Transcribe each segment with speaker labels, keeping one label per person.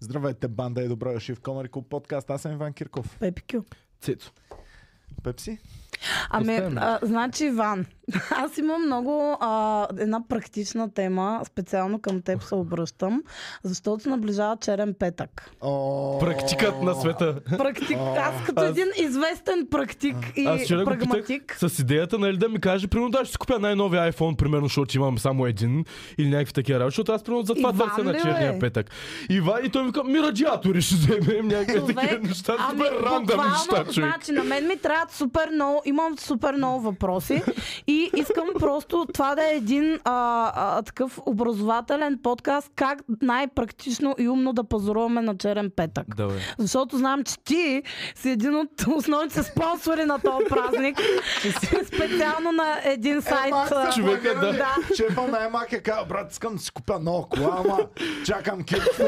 Speaker 1: Здравейте, банда и добро дошли в Комари Клуб подкаст. Аз съм Иван Кирков.
Speaker 2: Пепи Кю.
Speaker 3: Цицо.
Speaker 1: Пепси?
Speaker 2: Ами,
Speaker 3: Оставяме.
Speaker 2: а, значи, Иван, аз имам много а, една практична тема, специално към теб се обръщам, защото се наближава черен петък.
Speaker 1: О,
Speaker 3: Практикът на света.
Speaker 2: Практик, аз като
Speaker 3: Аз-
Speaker 2: един известен практик и
Speaker 3: Аз вчера го
Speaker 2: прагматик.
Speaker 3: питах с идеята, нали, да ми каже, примерно, да, ще си купя най-новия iPhone, примерно, защото имам само един или някакви такива работи, защото аз, примерно, за това
Speaker 2: Иван
Speaker 3: търся на
Speaker 2: ли, е? бе?
Speaker 3: черния петък. Ива, и той ми казва, ми радиатори ще вземем някакви такива
Speaker 2: човек.
Speaker 3: неща,
Speaker 2: Ами,
Speaker 3: супер рандъм
Speaker 2: буквално,
Speaker 3: неща, човек.
Speaker 2: Значи, на мен ми трябват супер много, имам супер много въпроси и искам просто това да е един а, а, такъв образователен подкаст, как най-практично и умно да пазаруваме на черен петък.
Speaker 3: Добре.
Speaker 2: Защото знам, че ти си един от основните спонсори на този празник. Специално на един сайт.
Speaker 1: Е,
Speaker 2: а,
Speaker 3: човек е, да.
Speaker 2: да.
Speaker 1: Шефа на Емак е казал, брат, искам да си купя нова кола, ама чакам Кирков.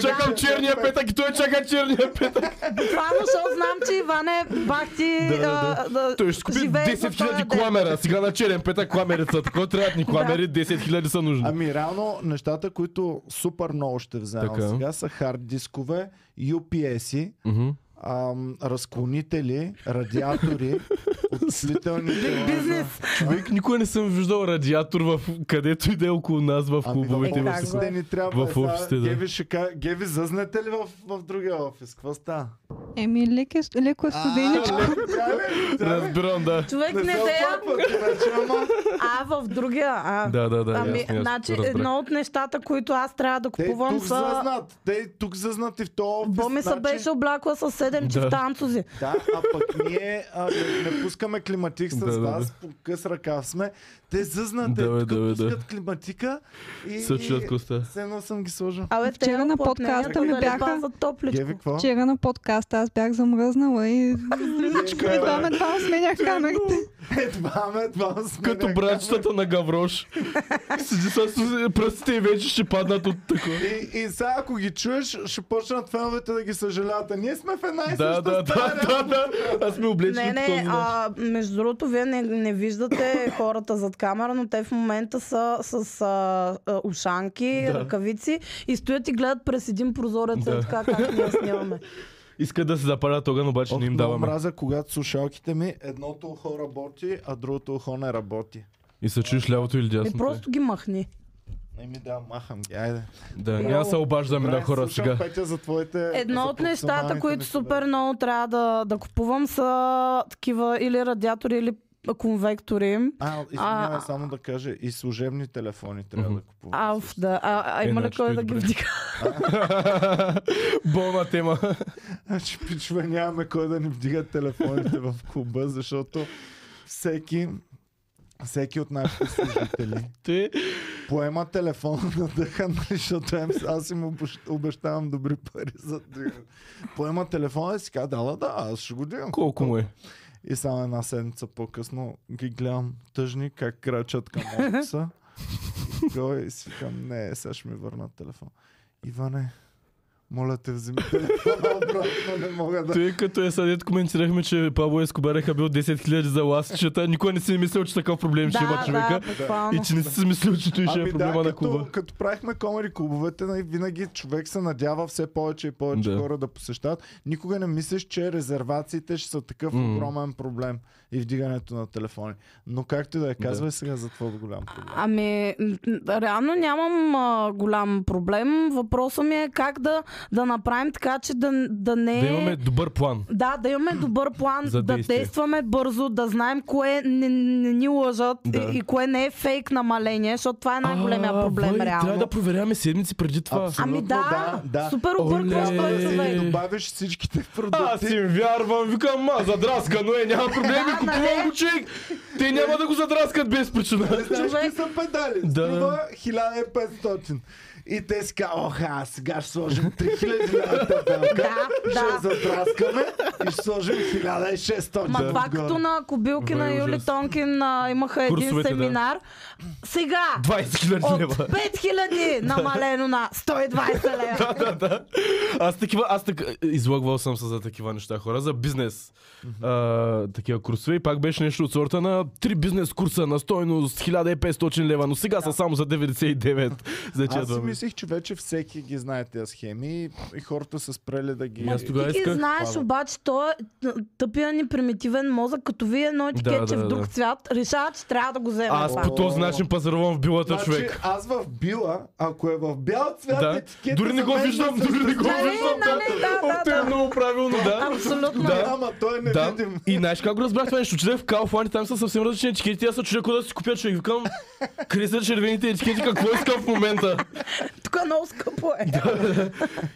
Speaker 3: Чакам черния петък и той чака черния петък.
Speaker 2: Буквално, защото знам, че Иване бах ти
Speaker 3: Да, да,
Speaker 2: а, да,
Speaker 3: Той ще купи
Speaker 2: живее за
Speaker 3: 10
Speaker 2: този
Speaker 3: 000
Speaker 2: ден.
Speaker 3: кламера. Сега на черен петък кламери са. Такова трябват ни кламери, 10 000 са нужни.
Speaker 1: Ами реално нещата, които супер много ще вземам
Speaker 3: Така.
Speaker 1: сега са хард дискове, UPS-и,
Speaker 3: Мгм.
Speaker 1: ам, разклонители, радиатори, Ами, отслителни...
Speaker 2: Бизнес.
Speaker 3: Човек, никога не съм виждал радиатор в където и да е около нас
Speaker 1: Ами,
Speaker 3: в клубовете.
Speaker 2: Е,
Speaker 3: в
Speaker 2: как
Speaker 3: секс-
Speaker 2: го е?
Speaker 1: Те ни трябва.
Speaker 3: В
Speaker 1: сега
Speaker 3: офисите, да.
Speaker 1: Геви, ще ка- Геви, зъзнете ли в, в другия офис? Какво става?
Speaker 4: Еми, леко, леко е студеничко.
Speaker 3: Разбирам, да.
Speaker 2: Човек не се я... А, в другия. А.
Speaker 3: Да, да, да.
Speaker 2: ами,
Speaker 3: ясно, ясно,
Speaker 2: значи,
Speaker 3: разбрах.
Speaker 2: едно от нещата, които аз трябва да
Speaker 1: Те
Speaker 2: купувам
Speaker 1: тук
Speaker 2: са...
Speaker 1: зазнат. Те тук зазнат и в този офис.
Speaker 2: Боми се
Speaker 1: значи-
Speaker 2: беше облякла с 7
Speaker 3: Да.
Speaker 2: чифтанцузи.
Speaker 1: Да, а пък ние а, не, не, пускаме климатик с
Speaker 3: Да, да,
Speaker 1: вас, по къс ръкав сме. Те зъзнат, те
Speaker 3: Да, бе,
Speaker 1: тук
Speaker 3: да, бе, да.
Speaker 1: пускат климатика и...
Speaker 3: Съчуват коста.
Speaker 1: Все едно съм ги сложил.
Speaker 2: Абе, те
Speaker 4: Вчера
Speaker 2: имат
Speaker 4: на
Speaker 2: платнения,
Speaker 4: подкаста
Speaker 1: ми
Speaker 2: дали
Speaker 4: бяха-
Speaker 2: пазят топличко.
Speaker 1: Геви, какво?
Speaker 4: Вчера на подкаста аз бях замръзнала и едва ме два сменях камерите.
Speaker 1: Едва Е, ме, едва сме.
Speaker 3: Като
Speaker 1: на
Speaker 3: братчетата на Гаврош. Седи с пръстите и вече ще паднат от такова.
Speaker 1: И, и сега, ако ги чуеш, ще почнат феновете да ги съжаляват. А ние сме в една и
Speaker 3: Да,
Speaker 1: съща
Speaker 3: да, да,
Speaker 1: стая.
Speaker 3: да, да. Аз сме облечени
Speaker 2: Е, Не,
Speaker 3: по този
Speaker 2: не,
Speaker 3: начин.
Speaker 2: а, между другото, вие не, не виждате хората зад камера, но те в момента са с а, а, ушанки,
Speaker 3: Да.
Speaker 2: ръкавици и стоят и гледат през един прозорец,
Speaker 3: Да.
Speaker 2: да. така как ние снимаме.
Speaker 3: Искат да се запалят огън, обаче
Speaker 1: Ох,
Speaker 3: не им
Speaker 1: много
Speaker 3: даваме.
Speaker 1: мразя, когато слушалките ми едното ухо работи, а другото ухо не работи.
Speaker 3: И се чуеш лявото или
Speaker 2: И
Speaker 3: дясното.
Speaker 2: просто ги махни.
Speaker 1: Еми да, махам ги, айде.
Speaker 3: Да, няма да се обаждаме на
Speaker 1: Брайан,
Speaker 3: хората
Speaker 1: слушам,
Speaker 3: сега.
Speaker 1: Петя, за твоите,
Speaker 2: Едно
Speaker 1: за
Speaker 2: от нещата,
Speaker 1: професионалните
Speaker 2: които
Speaker 1: ни
Speaker 2: супер много трябва да, да купувам са такива или радиатори, или конвектори.
Speaker 1: А, извинявай,
Speaker 2: А-
Speaker 1: само да кажа, и служебни телефони трябва
Speaker 3: Мгм.
Speaker 1: да купуваме.
Speaker 2: Ауф, да. А, а
Speaker 3: Е,
Speaker 2: има ли
Speaker 3: значи
Speaker 2: кой
Speaker 3: той е
Speaker 2: да ги
Speaker 3: добре.
Speaker 2: вдига?
Speaker 3: Болна тема.
Speaker 1: Значи, пичове, нямаме кой да ни вдига телефоните в клуба, защото всеки, всеки от нашите служители
Speaker 3: Те,
Speaker 1: поема телефон на дъха, нали, защото им- аз им обещ- обещавам добри пари за дигане. Поема телефона и си казва, да, да, да, аз ще го дигам.
Speaker 3: колко му е?
Speaker 1: И само една седмица по-късно ги гледам тъжни, как крачат към офиса. И Той и си към, не, сега ще ми върнат телефон. Иване, моля те, вземи телефона обратно, не мога да...
Speaker 3: Той като е съдет, коментирахме, че Пабло Ескобар е хабил 10 000 за ластичета. Никой не си е мислил, че такъв проблем ще има
Speaker 2: Да, да,
Speaker 3: човека.
Speaker 2: буквално.
Speaker 3: И че не си си мислил, че той ще е
Speaker 1: Ами да,
Speaker 3: проблема на
Speaker 1: като,
Speaker 3: клуба.
Speaker 1: като правихме комери клубовете, най- винаги човек се надява все повече и повече
Speaker 3: Да.
Speaker 1: хора да посещават. Никога не мислиш, че резервациите ще са такъв
Speaker 3: Мгм.
Speaker 1: огромен проблем и вдигането на телефони. Но както и да е, казвай сега за твой голям проблем.
Speaker 2: Ами, м, реално нямам а, голям проблем. Въпросът ми е как да, да направим така, че да, да не...
Speaker 3: Да имаме добър план.
Speaker 2: Да, да имаме добър план,
Speaker 3: За
Speaker 2: да
Speaker 3: действие.
Speaker 2: действаме бързо, да знаем кое не, не ни лъжат
Speaker 3: Да.
Speaker 2: и, и кое не е фейк намаление, защото това е най-големия
Speaker 3: А,
Speaker 2: проблем
Speaker 3: Вали,
Speaker 2: реално.
Speaker 3: Трябва да проверяваме седмици преди това.
Speaker 1: Абсолютно.
Speaker 2: Ами да,
Speaker 1: Да, да.
Speaker 2: супер объркваш
Speaker 3: Оле.
Speaker 2: този
Speaker 1: Като
Speaker 2: човек.
Speaker 1: добавиш всичките продукти...
Speaker 3: Аз им вярвам, викам, ма, задраска, но е, няма проблеми,
Speaker 2: Да,
Speaker 3: купувам
Speaker 2: нали?
Speaker 3: го човек. Те няма да го задраскат без причина.
Speaker 1: Знаеш
Speaker 2: Човек.
Speaker 1: какви са педали?
Speaker 3: Да.
Speaker 1: Струва 1500. И те си казват, ох, аз сега ще сложим 3000 лева педалка,
Speaker 2: Да,
Speaker 1: ще я
Speaker 2: да.
Speaker 1: задраскаме и ще сложим 1600
Speaker 2: Ма това
Speaker 1: отгоре.
Speaker 2: като на Кобилки
Speaker 3: Бе,
Speaker 2: на Юли
Speaker 3: ужас.
Speaker 2: Тонкин а, имаха един
Speaker 3: Курсовете, да.
Speaker 2: семинар. Сега
Speaker 3: 20 000
Speaker 2: от
Speaker 3: лева.
Speaker 2: 5000 намалено на 120 лева.
Speaker 3: да, да. Аз такива, аз так... излагвал съм се за такива неща хора, за бизнес. а, такива курсове и пак беше нещо от сорта на три бизнес курса на стойност 1500 лева, но сега са само за 99. За тия
Speaker 1: Аз
Speaker 3: два
Speaker 1: си мислих, че вече всеки ги знае тези схеми и хората са спрели да ги...
Speaker 3: Ма, аз тогава
Speaker 2: Ти ги
Speaker 3: исках-
Speaker 2: знаеш,
Speaker 1: Павел.
Speaker 2: обаче той е т- тъпия ни примитивен мозък, като вие едно етикетче
Speaker 3: да,
Speaker 2: в друг
Speaker 3: да.
Speaker 2: цвят, решава, че трябва да го вземе.
Speaker 3: Аз
Speaker 2: това.
Speaker 3: по този начин пазарувам в билата
Speaker 1: Значи,
Speaker 3: човек.
Speaker 1: аз в била, ако е в бял цвят,
Speaker 3: Да.
Speaker 1: етикета
Speaker 3: Дори не
Speaker 1: за
Speaker 3: го
Speaker 1: мен
Speaker 3: виждам,
Speaker 1: не
Speaker 3: дори не го
Speaker 1: съществува.
Speaker 2: Нали,
Speaker 3: виждам.
Speaker 2: нали, да,
Speaker 3: О,
Speaker 2: да,
Speaker 3: това е
Speaker 2: да.
Speaker 3: много правилно, да.
Speaker 2: Абсолютно.
Speaker 1: Да,
Speaker 3: Да.
Speaker 1: ама той е не
Speaker 3: Да.
Speaker 1: видим.
Speaker 3: И знаеш как го разбрах това нещо? Чудех в Kaufland, там са съвсем различни етикети. Аз се чудя кога да си купя човек. Викам, къде са червените етикети, какво искам в момента?
Speaker 2: Тук е много скъпо е.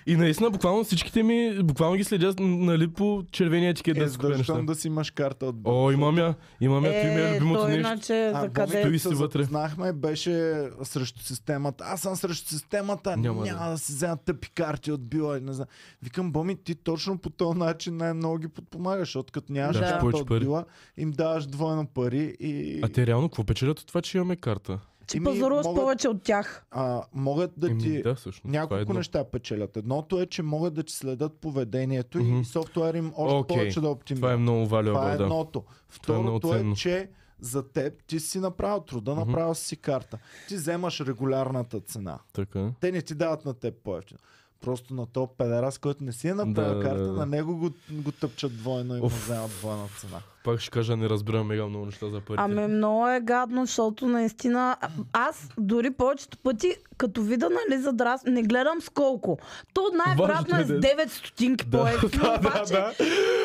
Speaker 3: И наистина, буквално всичките ми, буквално ги следя нали, по червения етикет
Speaker 1: Е,
Speaker 3: да си купя неща.
Speaker 1: задължително да си имаш карта от била.
Speaker 3: О, имам я. Имам я. Той ми е любимото
Speaker 2: той значи-
Speaker 3: нещо.
Speaker 2: иначе за
Speaker 1: Боми, като
Speaker 2: къде?
Speaker 3: Стои си
Speaker 1: се
Speaker 3: вътре.
Speaker 1: Запознахме, беше срещу системата. Аз съм срещу системата, няма,
Speaker 3: Няма
Speaker 1: няма
Speaker 3: да.
Speaker 1: да. си взема тъпи карти от била и не знам. Викам, Боми, ти точно по този начин най-много ги подпомагаш, защото като нямаш
Speaker 2: Да.
Speaker 1: карта
Speaker 3: Повече
Speaker 1: от
Speaker 3: пари.
Speaker 1: била, им даваш двойно пари и...
Speaker 3: А те реално какво печелят от това, че имаме карта?
Speaker 2: Че
Speaker 1: Еми,
Speaker 2: пазаруваш
Speaker 1: могат-
Speaker 2: повече от тях.
Speaker 1: а, могат да
Speaker 3: Еми,
Speaker 1: ти...
Speaker 3: да, всъщност. това е
Speaker 1: Няколко
Speaker 3: едно.
Speaker 1: неща печелят. Едното е, че могат да ти следят поведението
Speaker 3: Мгм.
Speaker 1: и софтуер им още
Speaker 3: Окей,
Speaker 1: повече да
Speaker 3: Това е
Speaker 1: оптимизира.
Speaker 3: много
Speaker 1: Това е
Speaker 3: валюабъл, да.
Speaker 1: едното.
Speaker 3: Това е много
Speaker 1: Второто е,
Speaker 3: ценно.
Speaker 1: че за теб ти си направил труда,
Speaker 3: Мгм.
Speaker 1: направил си карта. Ти вземаш регулярната цена.
Speaker 3: Така. е.
Speaker 1: Те не ти дават на теб по-ефтино. Просто на то педерас, който не си е направил да,
Speaker 3: Да, да,
Speaker 1: карта, да,
Speaker 3: да,
Speaker 1: да.
Speaker 3: да.
Speaker 1: на него го, го тъпчат двойно и му
Speaker 3: Оф.
Speaker 1: вземат двойна цена.
Speaker 3: Пак ще кажа, не разбирам мега много неща за парите.
Speaker 2: Ами много е гадно, защото наистина а- аз дори повечето пъти, като вида, нали, задрас, не гледам с колко. То най-вероятно е с
Speaker 3: Важното е да-
Speaker 2: 9 стотинки
Speaker 3: Да,
Speaker 2: по-ефтино,
Speaker 3: да, да,
Speaker 2: обаче
Speaker 3: да.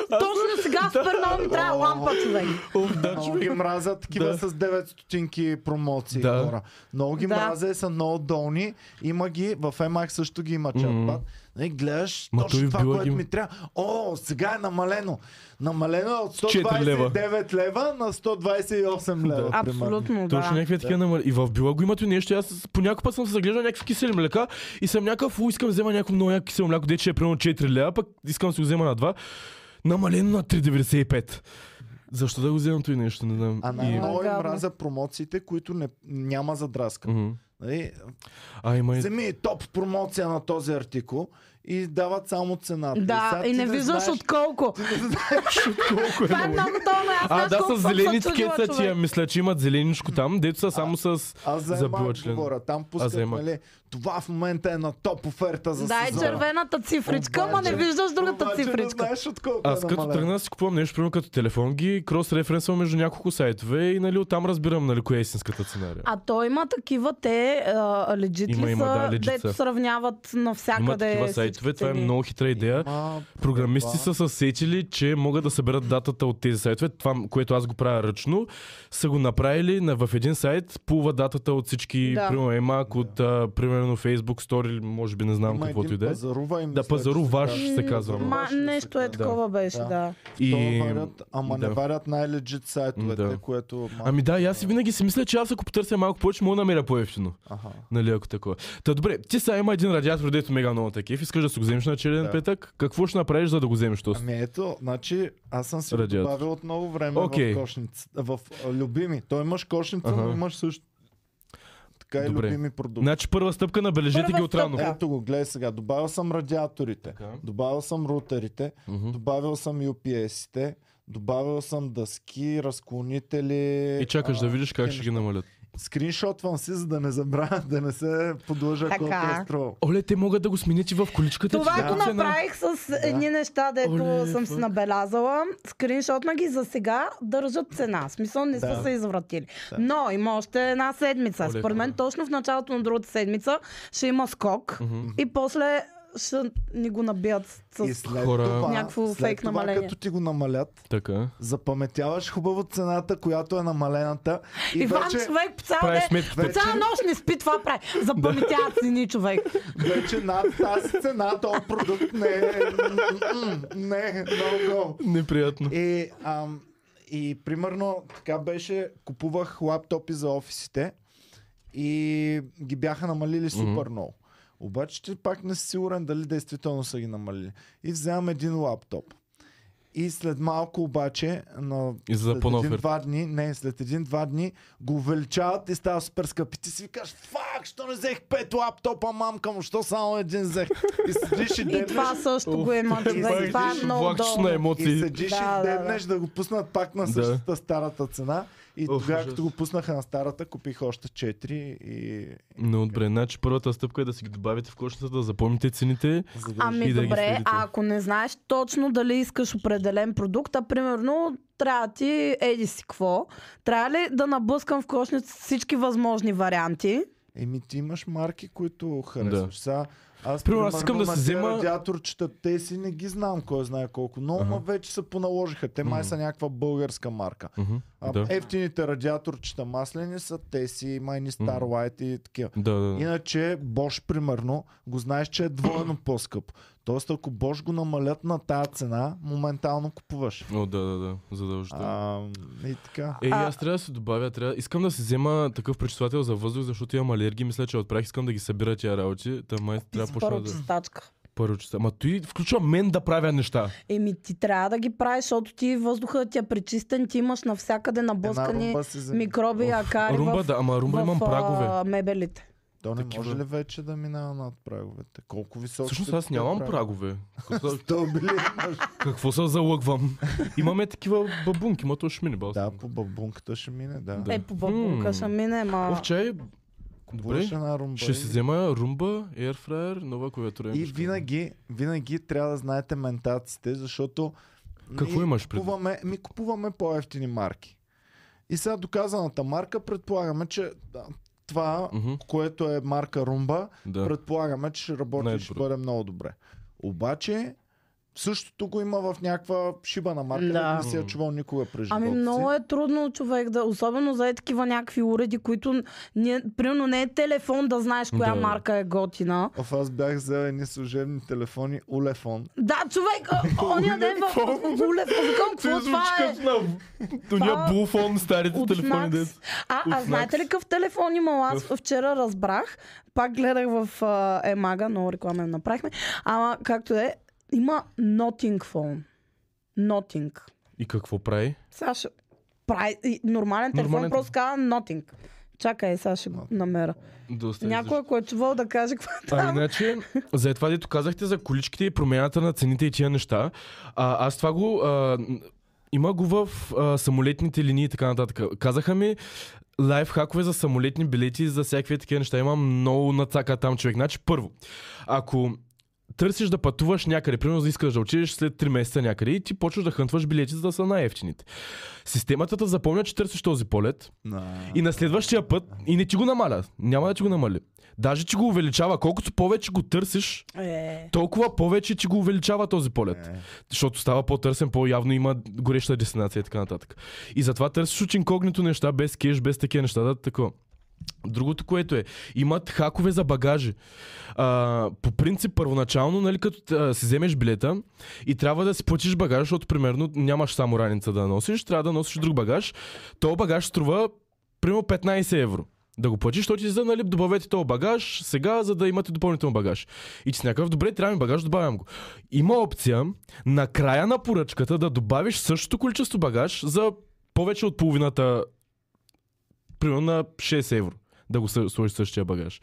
Speaker 2: точно сега супер много ми трябва лампа, човек.
Speaker 3: Оф, да,
Speaker 1: Много Значи ги
Speaker 3: човек.
Speaker 1: мразят такива
Speaker 3: Да.
Speaker 1: с 9 стотинки промоции
Speaker 3: Да.
Speaker 1: хора. Много ги
Speaker 2: Да.
Speaker 1: мразя, са много долни. Има ги, в Emac също ги има чатпад. Нали, гледаш
Speaker 3: Ма той
Speaker 1: точно
Speaker 3: в
Speaker 1: това,
Speaker 3: била
Speaker 1: което
Speaker 3: ги-
Speaker 1: ми трябва. О, сега е намалено. Намалено е от 129
Speaker 3: 4 лева.
Speaker 1: лева. на 128 лева. примерно.
Speaker 2: Абсолютно, да.
Speaker 3: Точно някакви такива намали. И в била го имате нещо. и Аз по някой път съм се заглеждал някакви кисели млека и съм някакъв, у, искам да взема някакво много яко кисело мляко, де че е примерно 4 лева, пък искам да си го взема на 2. Намалено на 3,95. Защо да го вземам той нещо, не знам.
Speaker 1: А
Speaker 3: И-
Speaker 1: най-много им
Speaker 2: Гадно.
Speaker 1: мразя промоциите, които не, няма задраска.
Speaker 3: Мгм. Е.
Speaker 1: Нали,
Speaker 3: А, има и...
Speaker 1: Вземи топ промоция на този артикул и дават само цената.
Speaker 2: Да,
Speaker 1: Е, сега
Speaker 2: и
Speaker 1: ти
Speaker 2: не виждаш
Speaker 1: знаеш-
Speaker 2: от колко.
Speaker 1: ти не знаеш от колко е.
Speaker 2: Това е много долно. Аз
Speaker 3: А,
Speaker 2: знаеш
Speaker 3: да,
Speaker 2: колко
Speaker 3: с
Speaker 2: съм се
Speaker 3: зелени
Speaker 2: чудила,
Speaker 3: тикета
Speaker 2: човек.
Speaker 3: тия, мисля, че имат зеленичко там, дето са само с...
Speaker 1: Аз за
Speaker 3: Забила
Speaker 1: Емак
Speaker 3: член.
Speaker 1: говоря. Там пускат,
Speaker 3: за Емак.
Speaker 1: нали, това в момента е на топ оферта за
Speaker 2: Да, е
Speaker 1: сезона.
Speaker 2: червената цифричка, ама не
Speaker 1: Обаче-
Speaker 2: виждаш другата
Speaker 1: Обаче не
Speaker 2: цифричка.
Speaker 1: знаеш от колко
Speaker 3: Аз
Speaker 1: е
Speaker 3: като
Speaker 1: намалена.
Speaker 3: тръгна да си купувам нещо, примерно като телефон, ги крос-референсвам между няколко сайтове и нали, оттам разбирам нали, коя е истинската цена. реално.
Speaker 2: А то има такива, те а, легит
Speaker 3: Има,
Speaker 2: ли
Speaker 3: има,
Speaker 2: са,
Speaker 3: да, legit
Speaker 2: дето
Speaker 3: са.
Speaker 2: сравняват
Speaker 3: Има
Speaker 2: навсякъде
Speaker 3: такива
Speaker 2: всички
Speaker 3: сайтове, това е
Speaker 2: цени.
Speaker 3: много хитра идея.
Speaker 1: Ма,
Speaker 3: Програмисти
Speaker 1: това-
Speaker 3: са се сетили, че могат да съберат датата от тези сайтове. Това, което аз го правя ръчно, са го направили на, в един сайт, пулва датата от всички,
Speaker 2: Да.
Speaker 3: да. примерно Emac, от а, примерно Facebook Story, или може би не знам
Speaker 1: Има
Speaker 3: каквото
Speaker 1: един
Speaker 3: и да е.
Speaker 1: пазарува им,
Speaker 3: Да,
Speaker 1: мисля, че
Speaker 3: пазаруваш,
Speaker 1: се
Speaker 3: се казва,
Speaker 1: казва.
Speaker 3: ама.
Speaker 2: Ма, нещо е
Speaker 1: Да.
Speaker 2: такова беше,
Speaker 1: Да.
Speaker 2: да.
Speaker 1: И...
Speaker 3: И...
Speaker 1: Варят, ама не
Speaker 3: да.
Speaker 1: варят най-легит сайтовете,
Speaker 3: Да.
Speaker 1: което... малко-
Speaker 3: Ами да, и аз и винаги си мисля, че аз ако потърся малко повече, мога да намеря по-ефтино.
Speaker 1: Аха.
Speaker 3: Нали, ако такова. Та добре, ти сега има един радиатор, дето мега много такив, искаш да си го вземеш на черен
Speaker 1: Да.
Speaker 3: петък. Какво ще направиш, за да го вземеш този?
Speaker 1: Ами ето, значи аз съм си
Speaker 3: Радиатор.
Speaker 1: добавил отново време
Speaker 3: Окей.
Speaker 1: в кошница. В а, любими. Той имаш кошница, но
Speaker 3: Аха.
Speaker 1: имаш също така и
Speaker 3: Добре.
Speaker 1: любими продукти.
Speaker 3: Значи първа стъпка, набележете
Speaker 2: Първа
Speaker 3: ги отрано.
Speaker 2: стъпка.
Speaker 1: Ето го, гледай сега. Добавил съм радиаторите,
Speaker 3: Така.
Speaker 1: добавил съм рутерите,
Speaker 3: Мгм.
Speaker 1: добавил съм UPS-ите, добавил съм дъски, разклонители.
Speaker 3: И чакаш
Speaker 1: а,
Speaker 3: да видиш как
Speaker 1: такива
Speaker 3: ще ги
Speaker 1: неща.
Speaker 3: намалят.
Speaker 1: Скриншотвам си, за да не забравя, да не се подлъжа
Speaker 2: Така.
Speaker 1: колко е струвал.
Speaker 3: Оле, те могат да го сменят и в количката.
Speaker 2: Това
Speaker 3: ти
Speaker 2: го
Speaker 3: като цена.
Speaker 2: направих с едни неща, дето
Speaker 3: Оле,
Speaker 2: съм си
Speaker 3: фак.
Speaker 2: набелязала. Скриншотна ги за сега държат цена. В Смисъл не
Speaker 1: Да.
Speaker 2: са се извратили.
Speaker 1: Да.
Speaker 2: Но има още една седмица.
Speaker 3: Оле,
Speaker 2: Според мен
Speaker 3: хора.
Speaker 2: точно в началото на другата седмица ще има скок
Speaker 3: Мгм.
Speaker 2: и после ще ни го набият
Speaker 1: И
Speaker 2: с...
Speaker 1: след
Speaker 3: Хора.
Speaker 1: това,
Speaker 2: Някакво
Speaker 1: след
Speaker 2: фейк
Speaker 1: това,
Speaker 2: намаление.
Speaker 1: като ти го намалят,
Speaker 3: Така.
Speaker 1: Запаметяваш хубаво цената, която е намалената. И
Speaker 2: Иван
Speaker 1: вече,
Speaker 2: човек по цял
Speaker 3: Правиш
Speaker 2: ден...
Speaker 3: сметката.
Speaker 2: По цяла нощ не спи, това прави. Запаметяват си ни човек.
Speaker 1: вече над тази цена, този продукт не е... м-м, Не, е no go.
Speaker 3: Неприятно.
Speaker 1: И, ам, и примерно така беше, купувах лаптопи за офисите и ги бяха намалили супер много. Обаче ти пак не си сигурен дали действително са ги намалили. И вземам един лаптоп. И след малко обаче, на
Speaker 3: И за
Speaker 1: след
Speaker 3: по-нова оферта.
Speaker 1: един-два дни, не, след един-два дни го увеличават и става супер скъп. И ти си викаш, фак, що не взех пет лаптопа, мамка му, що само един взех. И седиш и
Speaker 2: И
Speaker 1: дебнеш,
Speaker 2: това също го има човек.
Speaker 1: Влагаш
Speaker 2: Това е много
Speaker 3: Влагаш на
Speaker 2: долно.
Speaker 1: и
Speaker 3: емоции.
Speaker 1: седиш
Speaker 2: Да,
Speaker 1: и
Speaker 2: да,
Speaker 1: дебнеш да, го пуснат пак на
Speaker 3: Да.
Speaker 1: същата старата цена. И
Speaker 3: Ох,
Speaker 1: тогава,
Speaker 3: ужас.
Speaker 1: като го пуснаха на старата, купих още 4 и...
Speaker 3: Но добре, значи първата стъпка е да си ги добавите в кошницата, да запомните цените.
Speaker 1: за да-
Speaker 2: Ами
Speaker 3: и да ги
Speaker 2: добре,
Speaker 3: следите.
Speaker 2: а ако не знаеш точно дали искаш определен продукт, а примерно трябва ти еди си какво, трябва ли да наблъскам в кошница всички възможни варианти?
Speaker 1: Еми ти имаш марки, които харесваш. Да. Сега, аз
Speaker 3: Примерно, аз искам да
Speaker 1: на
Speaker 3: си
Speaker 1: тези
Speaker 3: взема-
Speaker 1: радиаторчета, те си не ги знам кой знае колко. Но ама вече се поналожиха. Те май
Speaker 3: Мгм.
Speaker 1: са някаква българска марка.
Speaker 3: Мгм,
Speaker 1: А,
Speaker 3: Да.
Speaker 2: е-
Speaker 1: Ефтините радиаторчета маслени са те си, май ни
Speaker 3: Мгм.
Speaker 1: Starlight и такива.
Speaker 3: Да, да,
Speaker 2: Е-
Speaker 3: да.
Speaker 1: Иначе Bosch, примерно, го знаеш, че е двойно по-скъп. Тоест, ако Bosch го намалят на тази цена, моментално купуваш.
Speaker 3: О, да, да, да. Задължително.
Speaker 1: А, и така.
Speaker 3: Е, и аз трябва да се добавя, трябва... искам да си взема такъв пречиствател за въздух, защото имам алергии, мисля, че я отправих, искам да ги събира тия работи, та май трябва да почна
Speaker 2: Първо
Speaker 3: да...
Speaker 2: чистачка.
Speaker 3: Първо часа. Ма той включва мен да правя неща.
Speaker 2: Еми ти трябва да ги правиш, защото ти въздуха ти е пречистен, ти имаш навсякъде
Speaker 1: Една
Speaker 2: наблъскани
Speaker 1: румба си вземи.
Speaker 2: микроби, акари
Speaker 3: Румба,
Speaker 2: в,
Speaker 3: да, ама румба
Speaker 2: в,
Speaker 3: имам
Speaker 2: а,
Speaker 3: прагове.
Speaker 2: мебелите.
Speaker 1: То не
Speaker 3: такива.
Speaker 1: може ли вече да минава над праговете? Колко високо?
Speaker 3: Всъщност аз нямам прагове. Какво са-
Speaker 1: Стълби ли имаш?
Speaker 3: Какво се залъгвам? Имаме такива бабунки, мото шмини бал.
Speaker 1: Да, по бабунката ще мине, да.
Speaker 3: Да.
Speaker 2: Е, по бабунка
Speaker 3: М.
Speaker 2: ще мине, ма...
Speaker 3: О, чай, добре.
Speaker 1: Купуваш една румба.
Speaker 3: Ще
Speaker 1: и-
Speaker 3: си взема румба, airfryer, нова клавиатура.
Speaker 1: И
Speaker 3: мишка.
Speaker 1: винаги, винаги трябва да знаете ментаците, защото
Speaker 3: Какво
Speaker 1: ние
Speaker 3: имаш предвид?
Speaker 1: купуваме, ми купуваме по-ефтини марки. И сега доказаната марка предполагаме, че да, това,
Speaker 3: Мгм,
Speaker 1: което е марка Румба,
Speaker 3: Да. е
Speaker 1: предполагаме, че ще работи и ще
Speaker 3: Най-добре.
Speaker 1: бъде много добре. Обаче, същото го има в някаква шибана марка, да.
Speaker 2: Да.
Speaker 1: не си я
Speaker 3: М.
Speaker 1: чувал никога през живота
Speaker 2: Ами
Speaker 1: си.
Speaker 2: много е трудно човек да, особено за е такива някакви уреди, които не, примерно не е телефон да знаеш коя
Speaker 3: Да.
Speaker 2: марка е готина.
Speaker 1: Оф, аз бях взел едни служебни телефони, улефон.
Speaker 2: Да, човек, а, оня ден в Гулев, викам, какво това е?
Speaker 3: на
Speaker 2: Това-
Speaker 3: тония булфон, старите
Speaker 2: От
Speaker 3: телефони.
Speaker 2: Snacks.
Speaker 3: дето-
Speaker 2: А, а
Speaker 3: От
Speaker 2: знаете
Speaker 3: Snacks.
Speaker 2: ли какъв телефон имал аз? Вчера разбрах, пак гледах в а, Емага, много реклама им направихме, ама както е, има Notting Phone. Notting.
Speaker 3: И какво прави?
Speaker 2: Сега ще прави и нормален телефон,
Speaker 3: Нормален
Speaker 2: просто казва Notting. Чакай, сега ще го намеря.
Speaker 3: Доста
Speaker 2: Някой, ако е чувал да каже какво е
Speaker 3: А
Speaker 2: там.
Speaker 3: Ами, иначе, за това, дето казахте за количките и промяната на цените и тия неща, а, аз това го... А, н- има го в а, самолетните линии и така нататък. Казаха ми лайф хакове за самолетни билети, за всякакви такива неща. Има много нацака там човек. Значи първо, ако търсиш да пътуваш някъде, примерно да искаш да отидеш след 3 месеца някъде и ти почваш да хънтваш билети, за да са най-ефтините. Системата да запомня, че търсиш този полет, и на следващия път и не ти го намаля. Няма да ти го намали. Даже ти го увеличава. Колкото повече го търсиш,
Speaker 2: Е,
Speaker 3: толкова повече ти го увеличава този полет.
Speaker 1: Е.
Speaker 3: Защото става по-търсен, по-явно има гореща дестинация и така нататък. И затова търсиш от инкогнито неща, без кеш, без такива неща. Да, такова. Другото, което е, имат хакове за багажи. А, по принцип, първоначално, нали, като а, си вземеш билета и трябва да си платиш багаж, защото примерно нямаш само раница да носиш, трябва да носиш друг багаж. То багаж струва примерно 15 евро. Да го платиш, защото ти за, нали, добавете този багаж сега, за да имате допълнително багаж. И ти си някакъв, добре, трябва ми багаж, добавям го. Има опция на края на поръчката да добавиш същото количество багаж за повече от половината, примерно на 6 евро, да го съ- сложиш същия багаж.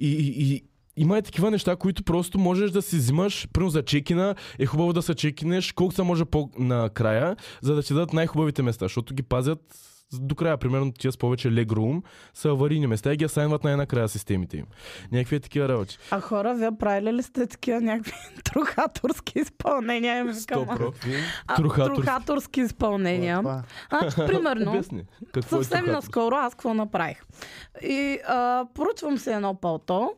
Speaker 3: И, и, и има и такива неща, които просто можеш да си взимаш, примерно за чекина, е хубаво да се чекинеш колко се може по-накрая, за да ти дадат най-хубавите места, защото ги пазят до края, примерно тия с повече легрум са аварийни места и ги асайнват най-накрая системите им. Някакви е такива работи.
Speaker 2: а хора, вие правили ли сте такива някакви трухаторски изпълнения? Им викам, а,
Speaker 1: Какви?
Speaker 2: а,
Speaker 3: Трухаторски.
Speaker 2: трухаторски
Speaker 1: Е,
Speaker 2: изпълнения.
Speaker 1: това.
Speaker 2: Значи, примерно,
Speaker 3: Обясни. Какво е
Speaker 2: съвсем
Speaker 3: това?
Speaker 2: наскоро аз какво направих. И а, поръчвам си едно палто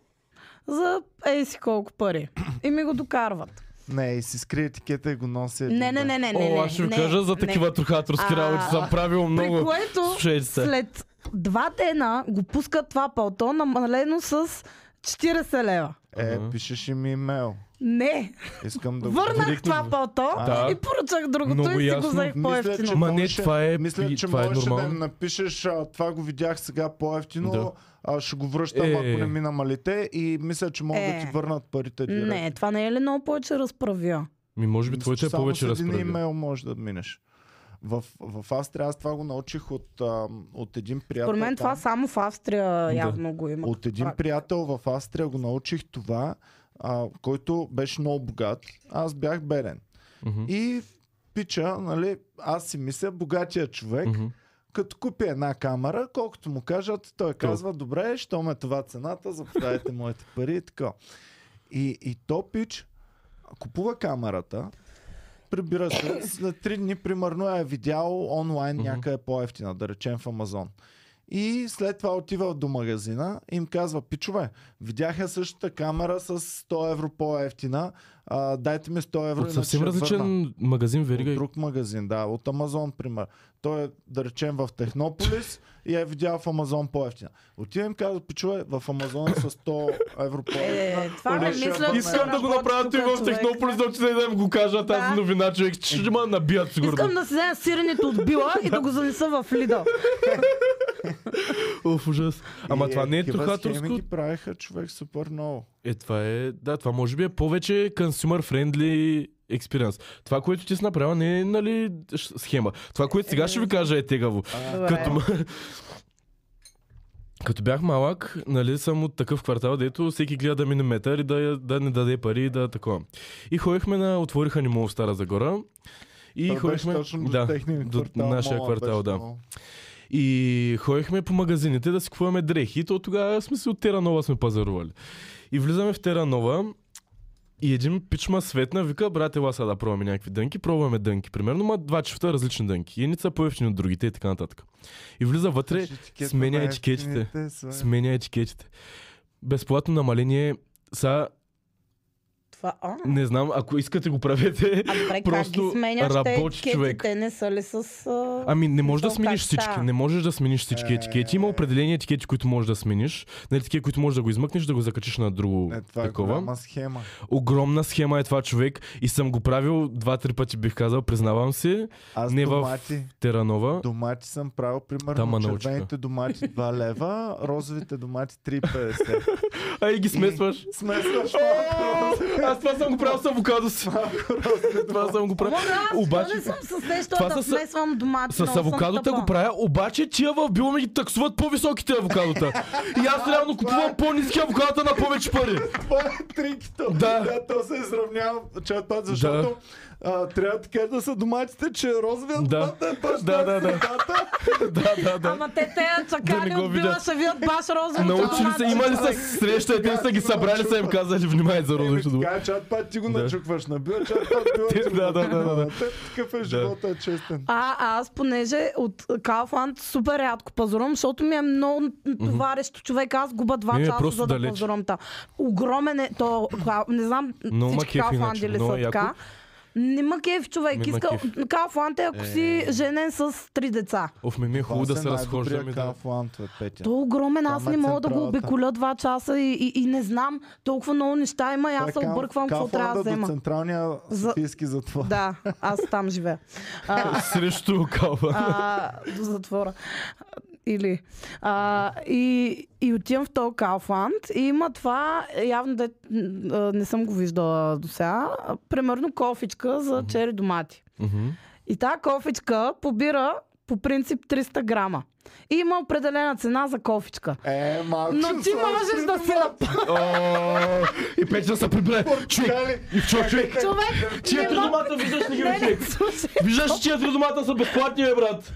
Speaker 2: за ей си колко пари. И ми го докарват.
Speaker 1: Не, и си скри етикета и го носи. един
Speaker 2: Не, не,
Speaker 1: ден.
Speaker 2: не, не, не.
Speaker 3: О, аз ще ви
Speaker 2: не,
Speaker 3: кажа за
Speaker 2: не.
Speaker 3: такива трухаторски
Speaker 2: А,
Speaker 3: работи. Съм правил
Speaker 2: При
Speaker 3: много.
Speaker 2: което
Speaker 3: Слушайте се.
Speaker 2: след два дена го пускат това палто намалено с 40 лева.
Speaker 1: Е,
Speaker 3: Ага.
Speaker 1: пишеш им имейл.
Speaker 2: Не,
Speaker 1: Искам да го
Speaker 2: върнах
Speaker 3: директно
Speaker 2: това
Speaker 3: го-
Speaker 2: палто
Speaker 1: А,
Speaker 2: и поръчах другото
Speaker 3: много
Speaker 2: и си го
Speaker 3: ясно.
Speaker 2: взех
Speaker 1: Мисля,
Speaker 2: по-ефтино.
Speaker 1: че
Speaker 3: Ма не,
Speaker 1: можеше-
Speaker 3: това е-
Speaker 1: Мисля,
Speaker 3: и-
Speaker 1: че
Speaker 3: това е
Speaker 1: можеше да
Speaker 3: нормално.
Speaker 1: им напишеш, а, това го видях сега по-ефтино,
Speaker 3: Да.
Speaker 1: а, ще го връщам,
Speaker 3: Е.
Speaker 1: ако не ми намалите и мисля, че могат да
Speaker 2: Е.
Speaker 1: ти върнат парите директно.
Speaker 2: Не, това не е ли много повече разправя?
Speaker 3: Ми може би
Speaker 1: Мисля,
Speaker 3: твоето
Speaker 1: че
Speaker 3: е повече
Speaker 1: само с един
Speaker 3: разправи.
Speaker 1: имейл можеш да минеш. В, в Австрия аз това го научих от, а, от един приятел.
Speaker 2: Според мен това
Speaker 1: там.
Speaker 2: само в Австрия явно го има.
Speaker 1: От един
Speaker 2: Прак.
Speaker 1: приятел в Австрия го научих това, а, който беше много богат. Аз бях беден.
Speaker 3: Мгм.
Speaker 1: И пича, нали, аз си мисля, богатия човек,
Speaker 3: Мгм.
Speaker 1: Като купи една камера, колкото му кажат, той казва, добре, що ме е това цената, заповядайте моите пари и така. И, и Топич купува камерата, прибира се, след три дни примерно я е видял онлайн
Speaker 3: Мгм.
Speaker 1: някъде по-ефтина, да речем в Амазон. И след това отива до магазина и им казва, пичове, видяха същата камера с 100 евро по-ефтина, а, дайте ми 100 евро.
Speaker 3: От
Speaker 1: иначе
Speaker 3: съвсем
Speaker 1: я върна».
Speaker 3: различен магазин верига.
Speaker 1: От
Speaker 3: и-
Speaker 1: друг магазин, да, от Амазон, пример. Той е, да речем, в Технополис и е видял в Амазон по-ефтина. Отива и им казва, пичове, в Амазон е с 100 евро по-ефтина.
Speaker 2: Е, това не
Speaker 1: Олеша,
Speaker 2: мисля,
Speaker 1: Богдан.
Speaker 2: че
Speaker 3: Искам да го направят и в
Speaker 2: Тук човек.
Speaker 3: Технополис, да отида и да им го кажа тази
Speaker 2: Да.
Speaker 3: новина, човек. Ще ще ме набият сигурно.
Speaker 2: Искам да си взема сиренето от била и да го занеса в Лидъл.
Speaker 3: Оф, ужас. Ама
Speaker 1: И
Speaker 3: това не е
Speaker 1: такива
Speaker 3: тухаторско.
Speaker 1: схеми ги правиха човек супер много.
Speaker 3: Е, това е, да, това може би е повече consumer friendly experience. Това, което ти си направила, не е, нали, ш- схема. Това, което сега ще ви кажа е тегаво.
Speaker 1: А,
Speaker 2: Добре.
Speaker 3: Като, м- като бях малък, нали, съм от такъв квартал, дето всеки гледа да мине метър и да, да не даде пари и да такова. И ходихме на, отвориха ни мол в Стара Загора. И
Speaker 1: това беше
Speaker 3: ходихме
Speaker 1: точно до
Speaker 3: да,
Speaker 1: техния
Speaker 3: до
Speaker 1: квартал,
Speaker 3: нашия
Speaker 1: мола
Speaker 3: квартал,
Speaker 1: беше
Speaker 3: да.
Speaker 1: много.
Speaker 3: И ходихме по магазините да си купуваме дрехи. И то тогава сме си от Теранова сме пазарували. И влизаме в Теранова и един пич ма светна, вика, брате, ела сега да пробваме някакви дънки. Пробваме дънки, примерно, ма два чифта различни дънки. Едни са по-евтини от другите и така нататък. И влиза вътре,
Speaker 1: Значи етикета
Speaker 3: сменя
Speaker 1: на
Speaker 3: етикетите.
Speaker 1: евтините, сме-
Speaker 3: сменя етикетите. Безплатно намаление, сега
Speaker 2: Това, а?
Speaker 3: не знам, ако искате го правете.
Speaker 2: А добре, как
Speaker 3: Просто
Speaker 2: ги сменяш?
Speaker 3: работи
Speaker 2: те
Speaker 3: човек.
Speaker 2: човек. Те не са ли с... А...
Speaker 3: Ами не можеш да
Speaker 2: Мисъл,
Speaker 3: смениш
Speaker 2: как
Speaker 3: всички.
Speaker 2: става?
Speaker 3: Не можеш да смениш всички
Speaker 1: Е.
Speaker 3: етикети. Има определени етикети, които можеш да смениш. Нали, такива, които можеш да го измъкнеш, да го закачиш на друго
Speaker 1: Е, това е
Speaker 3: такова.
Speaker 1: голяма схема.
Speaker 3: Огромна схема е това човек и съм го правил два-три пъти, бих казал, признавам си.
Speaker 1: Аз
Speaker 3: Не в-
Speaker 1: домати,
Speaker 3: Теранова.
Speaker 1: домати съм правил,
Speaker 3: Та ма
Speaker 1: примерно,
Speaker 3: научиха.
Speaker 1: червените домати 2 лева, розовите домати 3,50.
Speaker 3: А и ги смесваш.
Speaker 1: Смесваш
Speaker 3: Е! О,
Speaker 1: малко
Speaker 3: Аз това съм го правил с авокадо си.
Speaker 1: е
Speaker 3: Това съм го
Speaker 2: Мога,
Speaker 3: правил.
Speaker 2: аз
Speaker 3: Обаче,
Speaker 2: обаче... не съм с нещо
Speaker 3: това
Speaker 2: да
Speaker 3: са с-
Speaker 2: смесвам домати.
Speaker 3: С
Speaker 2: много съм
Speaker 3: авокадота
Speaker 2: тъпа.
Speaker 3: го правя, обаче тия в било ми ги таксуват по-високите авокадота. И аз реално купувам по-низки авокадота на повече пари.
Speaker 1: Това е трикито. Е,
Speaker 3: Да.
Speaker 1: то се изравнява чат път, защото а, трябва така да са доматите, че розовият
Speaker 3: Да.
Speaker 1: домат е точно
Speaker 3: Да, да, да.
Speaker 1: цветата.
Speaker 3: Да, да, да.
Speaker 2: Ама те те
Speaker 3: Да
Speaker 2: чакали
Speaker 3: не го
Speaker 2: от била
Speaker 3: видят.
Speaker 2: ще видят баш розово.
Speaker 3: Научили са, имали са среща и те са ги събрали, са им казали, внимай за
Speaker 1: Еми,
Speaker 3: родното добро.
Speaker 1: Така чат път ти го
Speaker 3: Да.
Speaker 1: начукваш на бил, чат път бил.
Speaker 3: Ти-
Speaker 1: чат
Speaker 3: да, да,
Speaker 1: пат
Speaker 3: да, да, да.
Speaker 1: бил. Те- Такъв е живота, е честен.
Speaker 2: А, а аз понеже от Калфанд супер рядко пазарувам, защото ми е много товарещо човек. Аз губа два
Speaker 3: Не, бе,
Speaker 2: часа,
Speaker 3: просто
Speaker 2: за да
Speaker 3: далеч.
Speaker 2: пазарувам та. Огромен е то, Кал- не знам
Speaker 3: Много
Speaker 2: всички
Speaker 3: ма кеф
Speaker 2: Калфанди
Speaker 3: иначе,
Speaker 2: ли
Speaker 3: значи, много
Speaker 2: са
Speaker 3: яко.
Speaker 2: така. Не ма кеф човек,
Speaker 3: Ми ма
Speaker 2: иска
Speaker 3: кеф.
Speaker 2: Калфанд е ако си женен с три деца.
Speaker 3: Оф, ми ми е хубаво да
Speaker 1: Това
Speaker 3: се
Speaker 1: са най-добрия
Speaker 3: разхождаме. да.
Speaker 1: кафлант, бе, Петя.
Speaker 2: То е огромен, аз
Speaker 1: Там е
Speaker 2: не мога да го
Speaker 1: централата.
Speaker 2: обиколя два часа и, и, и не знам толкова много неща има и аз се
Speaker 1: Това е каф-
Speaker 2: обърквам какво трябва да
Speaker 1: кафланда
Speaker 2: взема.
Speaker 1: до централния
Speaker 2: За-
Speaker 1: софийски затвор.
Speaker 2: Да, аз там живея. А,
Speaker 3: Срещу калва.
Speaker 2: а, до затвора. Или. А, и, и отивам в този Калфанд и има това, явно да м, не съм го виждала до сега, примерно кофичка за чери домати.
Speaker 3: Мгм.
Speaker 2: И тази кофичка побира по принцип 300 грама. И има определена цена за кофичка.
Speaker 1: Е, малко
Speaker 2: Но ти можеш да си направиш.
Speaker 3: О, И пече да се прибере. Човек,
Speaker 1: Дали,
Speaker 3: и в човек, човек.
Speaker 2: Човек,
Speaker 3: Тия
Speaker 2: не
Speaker 3: три
Speaker 2: мога-
Speaker 3: домата виждаш ли ги бе,
Speaker 2: Не, не,
Speaker 3: човек?
Speaker 2: слушай,
Speaker 3: Виждаш, че тия три домата са безплатни, бе, брат.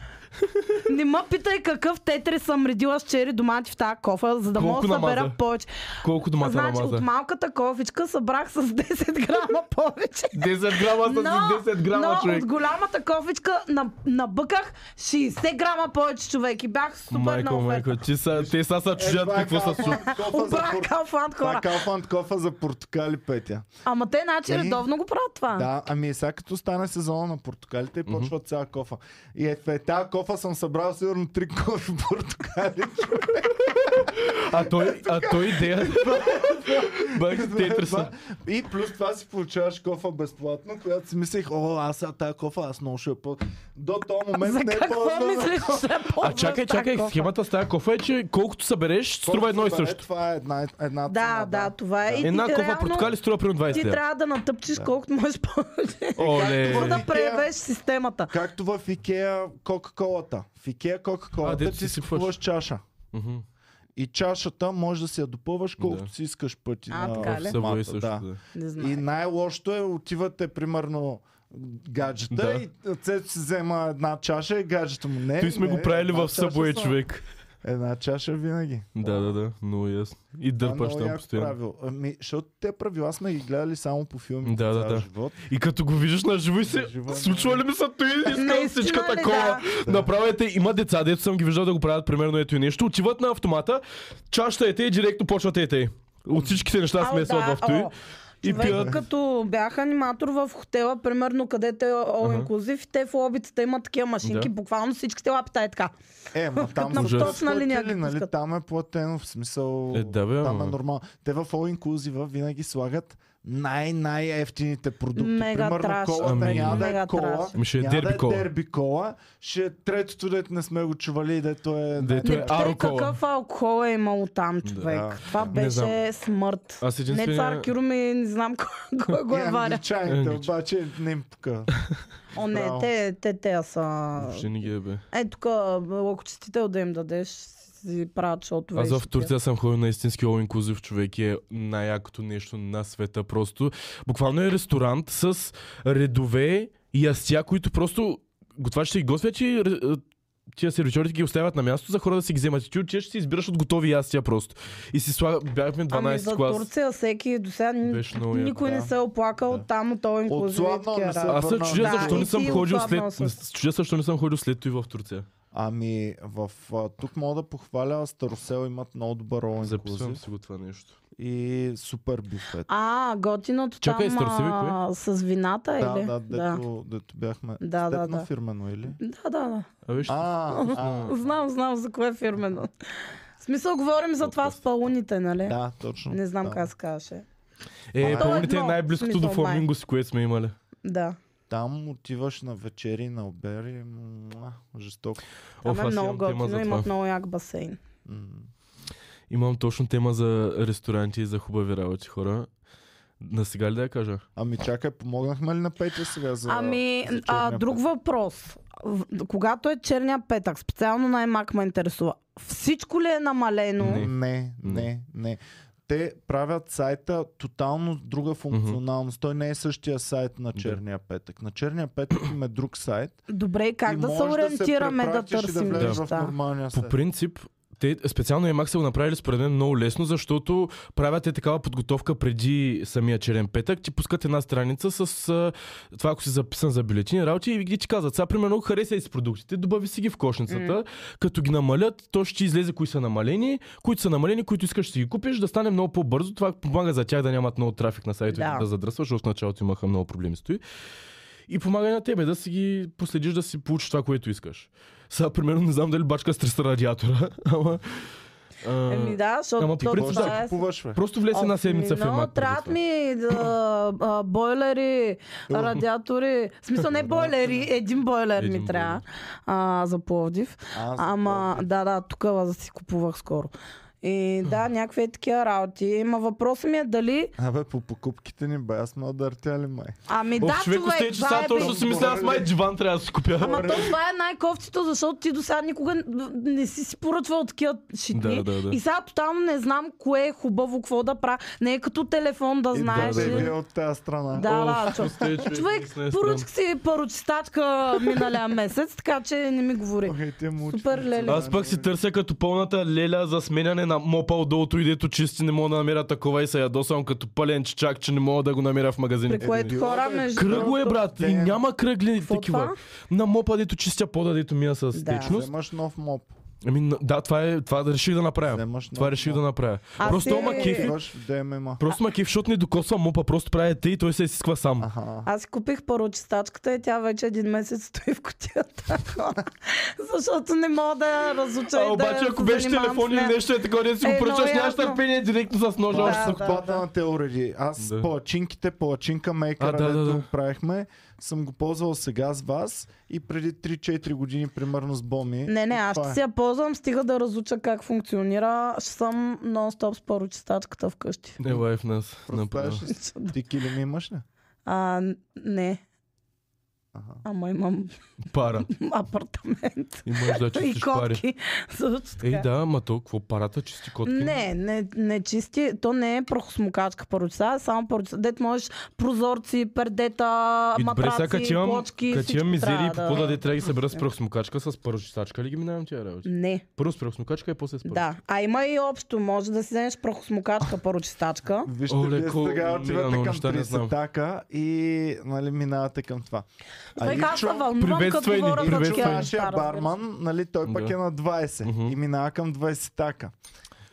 Speaker 2: не ме питай какъв тетри съм редила с чери домати в тази кофа, за да
Speaker 3: Колко
Speaker 2: мога да събера
Speaker 3: намаза?
Speaker 2: повече.
Speaker 3: Колко домата
Speaker 2: значи,
Speaker 3: намаза?
Speaker 2: от малката кофичка събрах с 10 грама повече.
Speaker 3: 10 грама са си 10 грама,
Speaker 2: но
Speaker 3: човек.
Speaker 2: от голямата кофичка на- набъках 60 грама повече човек и бях супер на
Speaker 3: Майко,
Speaker 2: оферта.
Speaker 3: майко, ти са, те са са
Speaker 1: Е,
Speaker 3: чудят какво са чудят.
Speaker 2: Обрах калфант
Speaker 1: Това
Speaker 2: хора.
Speaker 1: е калфант кофа за портокали, Петя.
Speaker 2: Ама те значи
Speaker 1: Е.
Speaker 2: редовно го правят това.
Speaker 1: Да, ами сега като стане сезона на портокалите и почва цяла кофа. И е, в тази кофа съм събрал сигурно три кофи портокали.
Speaker 3: А той, а той идея... Бах, те са.
Speaker 1: и плюс това си получаваш кофа безплатно, която си мислех, о, аз сега тази кофа, аз много ще я пъл... До този момент
Speaker 2: За
Speaker 1: не е
Speaker 2: какво
Speaker 1: ползвана.
Speaker 2: мислиш, че е
Speaker 3: А
Speaker 2: ползваш
Speaker 3: чакай,
Speaker 2: тази
Speaker 3: чакай,
Speaker 2: кофа?
Speaker 3: схемата с тази кофа е, че колкото събереш, струва едно и
Speaker 1: Събере,
Speaker 3: също.
Speaker 1: Това е една, една
Speaker 2: Да,
Speaker 1: цена,
Speaker 2: да, това е. И ти
Speaker 3: Една кофа
Speaker 2: реално
Speaker 3: портокали струва примерно
Speaker 2: Ти
Speaker 3: 20 лева.
Speaker 2: трябва да натъпчеш колкото можеш повече.
Speaker 3: Оле.
Speaker 2: За да превеш системата.
Speaker 1: Както в Икея Кока-Колата. В Икея
Speaker 3: А,
Speaker 1: Кока-Колата
Speaker 3: дето
Speaker 1: ти
Speaker 3: си
Speaker 1: си
Speaker 3: сипваш.
Speaker 1: купуваш чаша.
Speaker 3: Мгм.
Speaker 1: И чашата може да си я допълваш колкото
Speaker 3: Да.
Speaker 1: си искаш пъти
Speaker 2: А,
Speaker 1: на
Speaker 2: така ли?
Speaker 3: Събой
Speaker 1: мата,
Speaker 3: също,
Speaker 1: да.
Speaker 3: да.
Speaker 2: Не
Speaker 1: И
Speaker 2: знам.
Speaker 1: най-лошото е, отивате примерно гаджета
Speaker 3: Да.
Speaker 1: и Цецо си взема една чаша и гаджето му не.
Speaker 3: Той сме
Speaker 1: Е, не,
Speaker 3: го правили
Speaker 1: една
Speaker 3: в
Speaker 1: чаша
Speaker 3: Subway,
Speaker 1: само.
Speaker 3: човек.
Speaker 1: Една чаша винаги.
Speaker 3: Да, да, да, много ясно. И
Speaker 1: Това е
Speaker 3: дърпаш
Speaker 1: много
Speaker 3: там
Speaker 1: яко
Speaker 3: постоянно.
Speaker 1: правило. Ами, защото те правила сме ги гледали само по филми
Speaker 3: Да, да, да.
Speaker 1: живот.
Speaker 3: И като го виждаш на живо и се
Speaker 1: На живо, да.
Speaker 3: случва ли ми са той, искам
Speaker 2: Наистина
Speaker 3: всичка
Speaker 2: ли,
Speaker 3: такова.
Speaker 1: да?
Speaker 3: Направете, има деца, дето съм ги виждал да го правят примерно ето и нещо. Отиват на автомата, чашата е те и директно почват е те. От всичките неща
Speaker 2: Ау,
Speaker 3: смесват
Speaker 2: да,
Speaker 3: в той.
Speaker 2: о.
Speaker 3: И
Speaker 2: Човек,
Speaker 3: пият.
Speaker 2: като бях аниматор в хотела, примерно където е All
Speaker 3: Аха.
Speaker 2: Inclusive, те в лобитата имат такива машинки,
Speaker 3: Да.
Speaker 2: буквално всичките лапита е така.
Speaker 1: Е, ма там
Speaker 2: на
Speaker 1: са
Speaker 2: точна
Speaker 1: платили,
Speaker 2: линия ги
Speaker 1: нали,
Speaker 2: пускат.
Speaker 1: там е платено, в смисъл...
Speaker 3: Е, да, бе,
Speaker 1: там е
Speaker 3: ама.
Speaker 1: нормално. Те в All Inclusive винаги слагат най-най-ефтините продукти.
Speaker 2: Мега
Speaker 1: Примерно
Speaker 2: траш.
Speaker 1: колата
Speaker 3: Ами.
Speaker 1: няма да е
Speaker 2: Мега
Speaker 1: кола,
Speaker 2: траш.
Speaker 3: Ами ще е
Speaker 1: няма
Speaker 3: дерби
Speaker 1: да е
Speaker 3: кола.
Speaker 1: дерби кола, ще е третото, дето не сме го чували, дето е...
Speaker 3: Дето
Speaker 2: Не
Speaker 3: е
Speaker 2: питай
Speaker 3: Арокола.
Speaker 2: какъв алкохол е имало там, човек.
Speaker 1: Да.
Speaker 2: Това беше
Speaker 3: знам.
Speaker 2: смърт.
Speaker 3: Аз
Speaker 2: Не
Speaker 3: единствения-
Speaker 2: цар Киро ми, не знам кой- кой го е
Speaker 1: Е,
Speaker 2: варя.
Speaker 1: англичаните,
Speaker 3: Англич-
Speaker 1: обаче не им пука.
Speaker 2: О, не,
Speaker 1: Браво.
Speaker 2: те, те, те са...
Speaker 3: Въобще не ги е, бе.
Speaker 2: Е, тук лъкочистител да им дадеш, си правят шотове. и
Speaker 3: Аз
Speaker 2: ще
Speaker 3: в
Speaker 2: пият.
Speaker 3: Турция съм ходил на истински all inclusive човек и е най-якото нещо на света просто. Буквално е ресторант с редове и ястя, които просто готвачите ги готвят и ре- е, тия сервичорите ги оставят на място за хора да си ги вземат. И ти отиваш и си избираш от готови ястия просто. И си слага, бяхме 12
Speaker 2: ами за
Speaker 3: клас.
Speaker 2: Турция всеки до сега ни-
Speaker 3: Беше много яко.
Speaker 2: никой не
Speaker 1: да.
Speaker 2: се е оплакал
Speaker 3: Да.
Speaker 2: там от този инклюзив.
Speaker 1: сладно не се
Speaker 3: Аз се
Speaker 1: Върна-
Speaker 3: чудя
Speaker 1: Да,
Speaker 3: защо
Speaker 1: и
Speaker 3: не съм
Speaker 2: си
Speaker 3: ходил
Speaker 2: отслабнал
Speaker 3: след...
Speaker 2: с-
Speaker 3: Чудя защо не съм ходил след това и в Турция.
Speaker 1: Ами, в, а, тук мога да похваля, Старосел имат много добър All
Speaker 3: Записвам
Speaker 1: Inclusive
Speaker 3: си го това нещо.
Speaker 1: и супер бюфет.
Speaker 2: А, готиното
Speaker 3: Чакай,
Speaker 2: там
Speaker 3: Стърсиви,
Speaker 2: а, с вината
Speaker 1: Да,
Speaker 2: или?
Speaker 1: да, дето, дето бяхме.
Speaker 2: Е, Да,
Speaker 1: С теб
Speaker 2: да,
Speaker 1: на
Speaker 2: да.
Speaker 1: фирмено или?
Speaker 2: да, да, да.
Speaker 3: А виж,
Speaker 1: А, а,
Speaker 2: Знам, знам за кое е фирмено. В смисъл, говорим за това с палуните, нали?
Speaker 1: да, точно.
Speaker 2: Не знам
Speaker 1: да.
Speaker 2: как се казваше.
Speaker 3: е,
Speaker 1: а,
Speaker 3: помните
Speaker 2: едно,
Speaker 3: най-близкото до
Speaker 2: смисъл, май.
Speaker 3: фламинго си, което сме имали.
Speaker 2: Да.
Speaker 1: Там отиваш на вечери на обери, муа, жестоко.
Speaker 2: Там
Speaker 3: Оф,
Speaker 2: е
Speaker 3: аз
Speaker 2: много
Speaker 3: имам тема
Speaker 2: готино,
Speaker 3: за това.
Speaker 2: имат много як басейн.
Speaker 1: М.
Speaker 3: Имам точно тема за ресторанти и за хубави работи, хора. На сега ли да я кажа?
Speaker 1: Ами чакай, помогнахме ли на Петя сега за
Speaker 2: Ами,
Speaker 1: за
Speaker 2: а,
Speaker 1: черния
Speaker 2: друг
Speaker 1: път?
Speaker 2: въпрос. В- Когато е черния петък, специално най-мак ме интересува. Всичко ли е намалено?
Speaker 3: Не.
Speaker 1: Не, не, не. Те правят сайта тотално с друга функционалност. Той не е същия сайт на Черния петък. На Черния петък има друг сайт.
Speaker 2: Добре, как
Speaker 1: и
Speaker 2: да се
Speaker 1: можеш
Speaker 2: ориентираме да,
Speaker 1: препратиш и
Speaker 2: търсим
Speaker 1: да влезеш в
Speaker 2: неща?
Speaker 1: нормалния
Speaker 3: По
Speaker 1: сайт.
Speaker 3: принцип, те специално Емак са го направили според мен много лесно, защото правят е такава подготовка преди самия черен петък. Ти пускат една страница с а, това, ако си записан за бюлетини работи и ги ти казват, сега примерно харесай си продуктите, добави си ги в кошницата, като ги намалят, то ще ти излезе кои са намалени, които са намалени, които искаш ще ги купиш, да стане много по-бързо. Това помага за тях да нямат много трафик на сайтовете
Speaker 2: Да.
Speaker 3: да, задръсваш, защото в началото имаха много проблеми с той. И помага и на тебе да си ги последиш, да си получиш това, което искаш. Сега, примерно, не знам дали бачка с 300 радиатора, ама... а,
Speaker 2: Еми да, защото
Speaker 3: Ама по
Speaker 2: то
Speaker 3: принцип,
Speaker 1: Можеш да
Speaker 2: това
Speaker 1: го
Speaker 2: е...
Speaker 1: купуваш, бе.
Speaker 3: Просто влез една
Speaker 2: Ох,
Speaker 3: седмица в
Speaker 2: много
Speaker 3: Емак. преди
Speaker 2: трябват
Speaker 3: това.
Speaker 2: ми да, а, бойлери, радиатори. В смисъл не бойлери, един бойлер ми
Speaker 3: Един
Speaker 2: трябва а, за Пловдив.
Speaker 1: Аз
Speaker 2: Ама
Speaker 1: помня.
Speaker 2: да, да, тук аз си купувах скоро. И да, някакви е такива работи. Ма въпросът ми е дали...
Speaker 1: Абе, по покупките ни, бе, аз сме отдъртяли май.
Speaker 2: Ами
Speaker 3: Ох,
Speaker 2: да,
Speaker 3: човек,
Speaker 2: човек,
Speaker 3: че сега
Speaker 2: това е
Speaker 3: точно
Speaker 2: бил-
Speaker 3: си мисля, аз май диван трябва да си купя.
Speaker 2: Ама то това е най-кофтито, защото ти до сега никога н- не си си поръчвал такива шитни.
Speaker 3: Да, да, да.
Speaker 2: И сега тотално не знам кое е хубаво, какво да правя. Не е като телефон да
Speaker 1: И
Speaker 2: знаеш.
Speaker 1: да,
Speaker 2: ли.
Speaker 1: да, Е, от тази страна.
Speaker 2: Да, да,
Speaker 3: Ох,
Speaker 2: чу-
Speaker 3: стей, човек,
Speaker 2: Човек,
Speaker 3: наистина е
Speaker 2: поръчах си парочистачка миналия месец, така че не ми говори.
Speaker 1: Ох, е, те му учат
Speaker 2: Супер, леле.
Speaker 3: Аз пък си търся като пълната леля за сменяне на мопа отдолу и дето чисти не мога да намеря такова и се ядосвам като пълен чак, че не мога да го намеря в магазините.
Speaker 2: При което
Speaker 1: било,
Speaker 2: е хора
Speaker 1: бе.
Speaker 2: между...
Speaker 3: Кръгло е,
Speaker 2: другото-
Speaker 3: брат, и
Speaker 1: Ден.
Speaker 3: няма кръгли
Speaker 2: Какво
Speaker 3: такива.
Speaker 2: това?
Speaker 3: На мопа, дето чистя пода, дето мина с
Speaker 2: Да.
Speaker 3: течност.
Speaker 1: Вземаш нов моб.
Speaker 3: Ами, н- да, това, е, това да реших да направя.
Speaker 1: Вземаш
Speaker 3: това
Speaker 1: нов
Speaker 3: реших
Speaker 1: моб.
Speaker 3: да направя.
Speaker 2: Аз
Speaker 3: просто
Speaker 2: си-
Speaker 3: ама кефи.
Speaker 1: Отиваш в ДММА.
Speaker 3: Просто ма кефи, защото не докосва мопа, просто прави те и той се изисква сам.
Speaker 1: Аха.
Speaker 2: Аз си купих парочистачката и тя вече един месец стои в котията. хора. Защото не мога да я разуча
Speaker 3: а,
Speaker 2: и да
Speaker 3: обаче,
Speaker 2: се
Speaker 3: ако беше
Speaker 2: занимавам
Speaker 3: телефон
Speaker 2: с
Speaker 3: или
Speaker 2: нея.
Speaker 3: нещо е такова, не си
Speaker 2: Е,
Speaker 3: го
Speaker 2: много
Speaker 3: поръчаш, нямаш
Speaker 2: ясно.
Speaker 3: търпение, директно с ножа.
Speaker 1: Това да,
Speaker 2: Да,
Speaker 3: още
Speaker 1: са
Speaker 3: са-
Speaker 2: да,
Speaker 1: хвата
Speaker 2: да.
Speaker 1: на те уреди. Аз
Speaker 3: Да.
Speaker 1: да. палачинките, палачинка мейкъра,
Speaker 3: А, да, да,
Speaker 1: дето
Speaker 3: да.
Speaker 1: го правихме, съм го ползвал сега с вас и преди 3-4 години примерно с Боми.
Speaker 2: Не, не,
Speaker 1: И
Speaker 2: аз
Speaker 1: това
Speaker 2: ще
Speaker 1: е.
Speaker 2: си я ползвам, стига да разуча как функционира. Ще съм нон-стоп с парочистачката вкъщи.
Speaker 3: Не лайф нас. направо.
Speaker 1: Представяш ли си? Ти килим имаш ли?
Speaker 2: А, не.
Speaker 1: Аха.
Speaker 2: Ама имам
Speaker 3: Пара.
Speaker 2: апартамент.
Speaker 3: Имаш да
Speaker 2: И
Speaker 3: чистиш пари.
Speaker 2: котки. Също така.
Speaker 3: Ей да, ма то, какво парата чисти котки?
Speaker 2: Не, не, не чисти. То не е прахосмокачка паруца, а само паруца. Дет можеш прозорци, пердета,
Speaker 3: И добре, сега
Speaker 2: матраци,
Speaker 3: като имам,
Speaker 2: плочки,
Speaker 3: като
Speaker 2: всичко
Speaker 3: имам мизери и
Speaker 2: трябва
Speaker 3: по да трябва да ги събера с
Speaker 2: Е.
Speaker 3: прахосмокачка, с пръчетачка ли ги минавам тия работи?
Speaker 2: Не,
Speaker 3: Първо с прахосмокачка и после с пръчетачка.
Speaker 2: да. А има и общо. Може да си вземеш прахосмокачка, парочистачка.
Speaker 1: Вижте,
Speaker 3: Оле,
Speaker 1: вие
Speaker 3: колко
Speaker 1: сега
Speaker 3: ми
Speaker 1: отивате
Speaker 3: дано
Speaker 1: към
Speaker 3: неща, не знам.
Speaker 1: 30-така и нали, минавате към това. А
Speaker 2: Сега аз се
Speaker 1: Ивчо,
Speaker 2: Ами, вълнувам, като
Speaker 3: приветствай ни,
Speaker 2: говоря за
Speaker 1: Ивчо
Speaker 3: приветствай
Speaker 2: такива
Speaker 3: ни.
Speaker 1: нашия
Speaker 2: неща, разбираш.
Speaker 1: е барман, нали, той пък
Speaker 3: Да.
Speaker 1: е на 20
Speaker 3: Мгм.
Speaker 1: и минава към 20-така.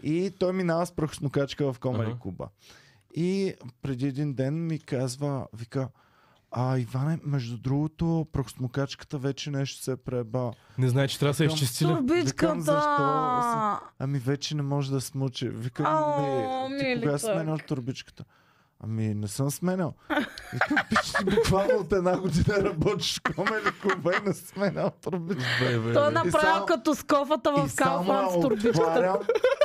Speaker 1: И той минава с прахосмокачка в Комари
Speaker 3: Аха.
Speaker 1: Куба. И преди един ден ми казва, вика, а Иване, между другото, прахосмокачката вече нещо се е преебала.
Speaker 3: Не знае, че трябва да се е
Speaker 1: Викам,
Speaker 3: изчисти ли?
Speaker 1: Викам, защо
Speaker 2: Турбичката!
Speaker 1: си- Ами вече не може да смучи. Викам,
Speaker 2: Ао,
Speaker 1: ми, ти
Speaker 2: мили
Speaker 1: кога сменял турбичката? Ами не съм сменял. Викам, пич, ти буквално от една година работиш в Комари Куба и не сменял турбичката.
Speaker 3: Бе, бе,
Speaker 2: Той е
Speaker 3: бе.
Speaker 1: само-
Speaker 2: направил като с кофата
Speaker 1: И
Speaker 2: в
Speaker 1: само
Speaker 2: Калфан
Speaker 1: я
Speaker 2: с турбичката.
Speaker 1: отварям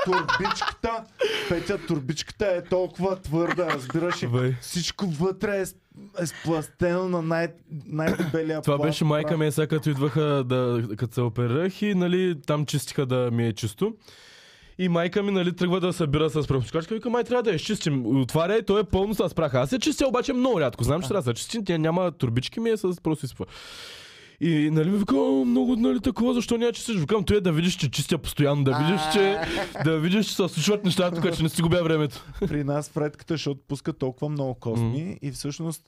Speaker 1: турбичката. Петя, турбичката е толкова твърда, разбираш ли?
Speaker 3: Бе.
Speaker 1: Всичко вътре е, с- е спластено на най- най-дебелия
Speaker 3: Това
Speaker 1: пласт,
Speaker 3: беше майка
Speaker 1: брат.
Speaker 3: ми, сега като идваха да, като се оперирах и нали, там чистиха да ми е чисто. И майка ми нали, тръгва да събира с прахосмокачка. Вика, май трябва да я изчистим. И Отваря и той е пълно с прах. Аз я чистя обаче много рядко. Знам, че трябва да се чистим. Тя няма турбички ми е с просто изпва. И нали ми вика, «О, много нали такова, защо не я чистиш? Викам, той е да видиш, че чистя постоянно, да видиш, че, да видиш, че се случват нещата, тук, че не си губя времето.
Speaker 1: При нас предката ще отпуска толкова много косми и всъщност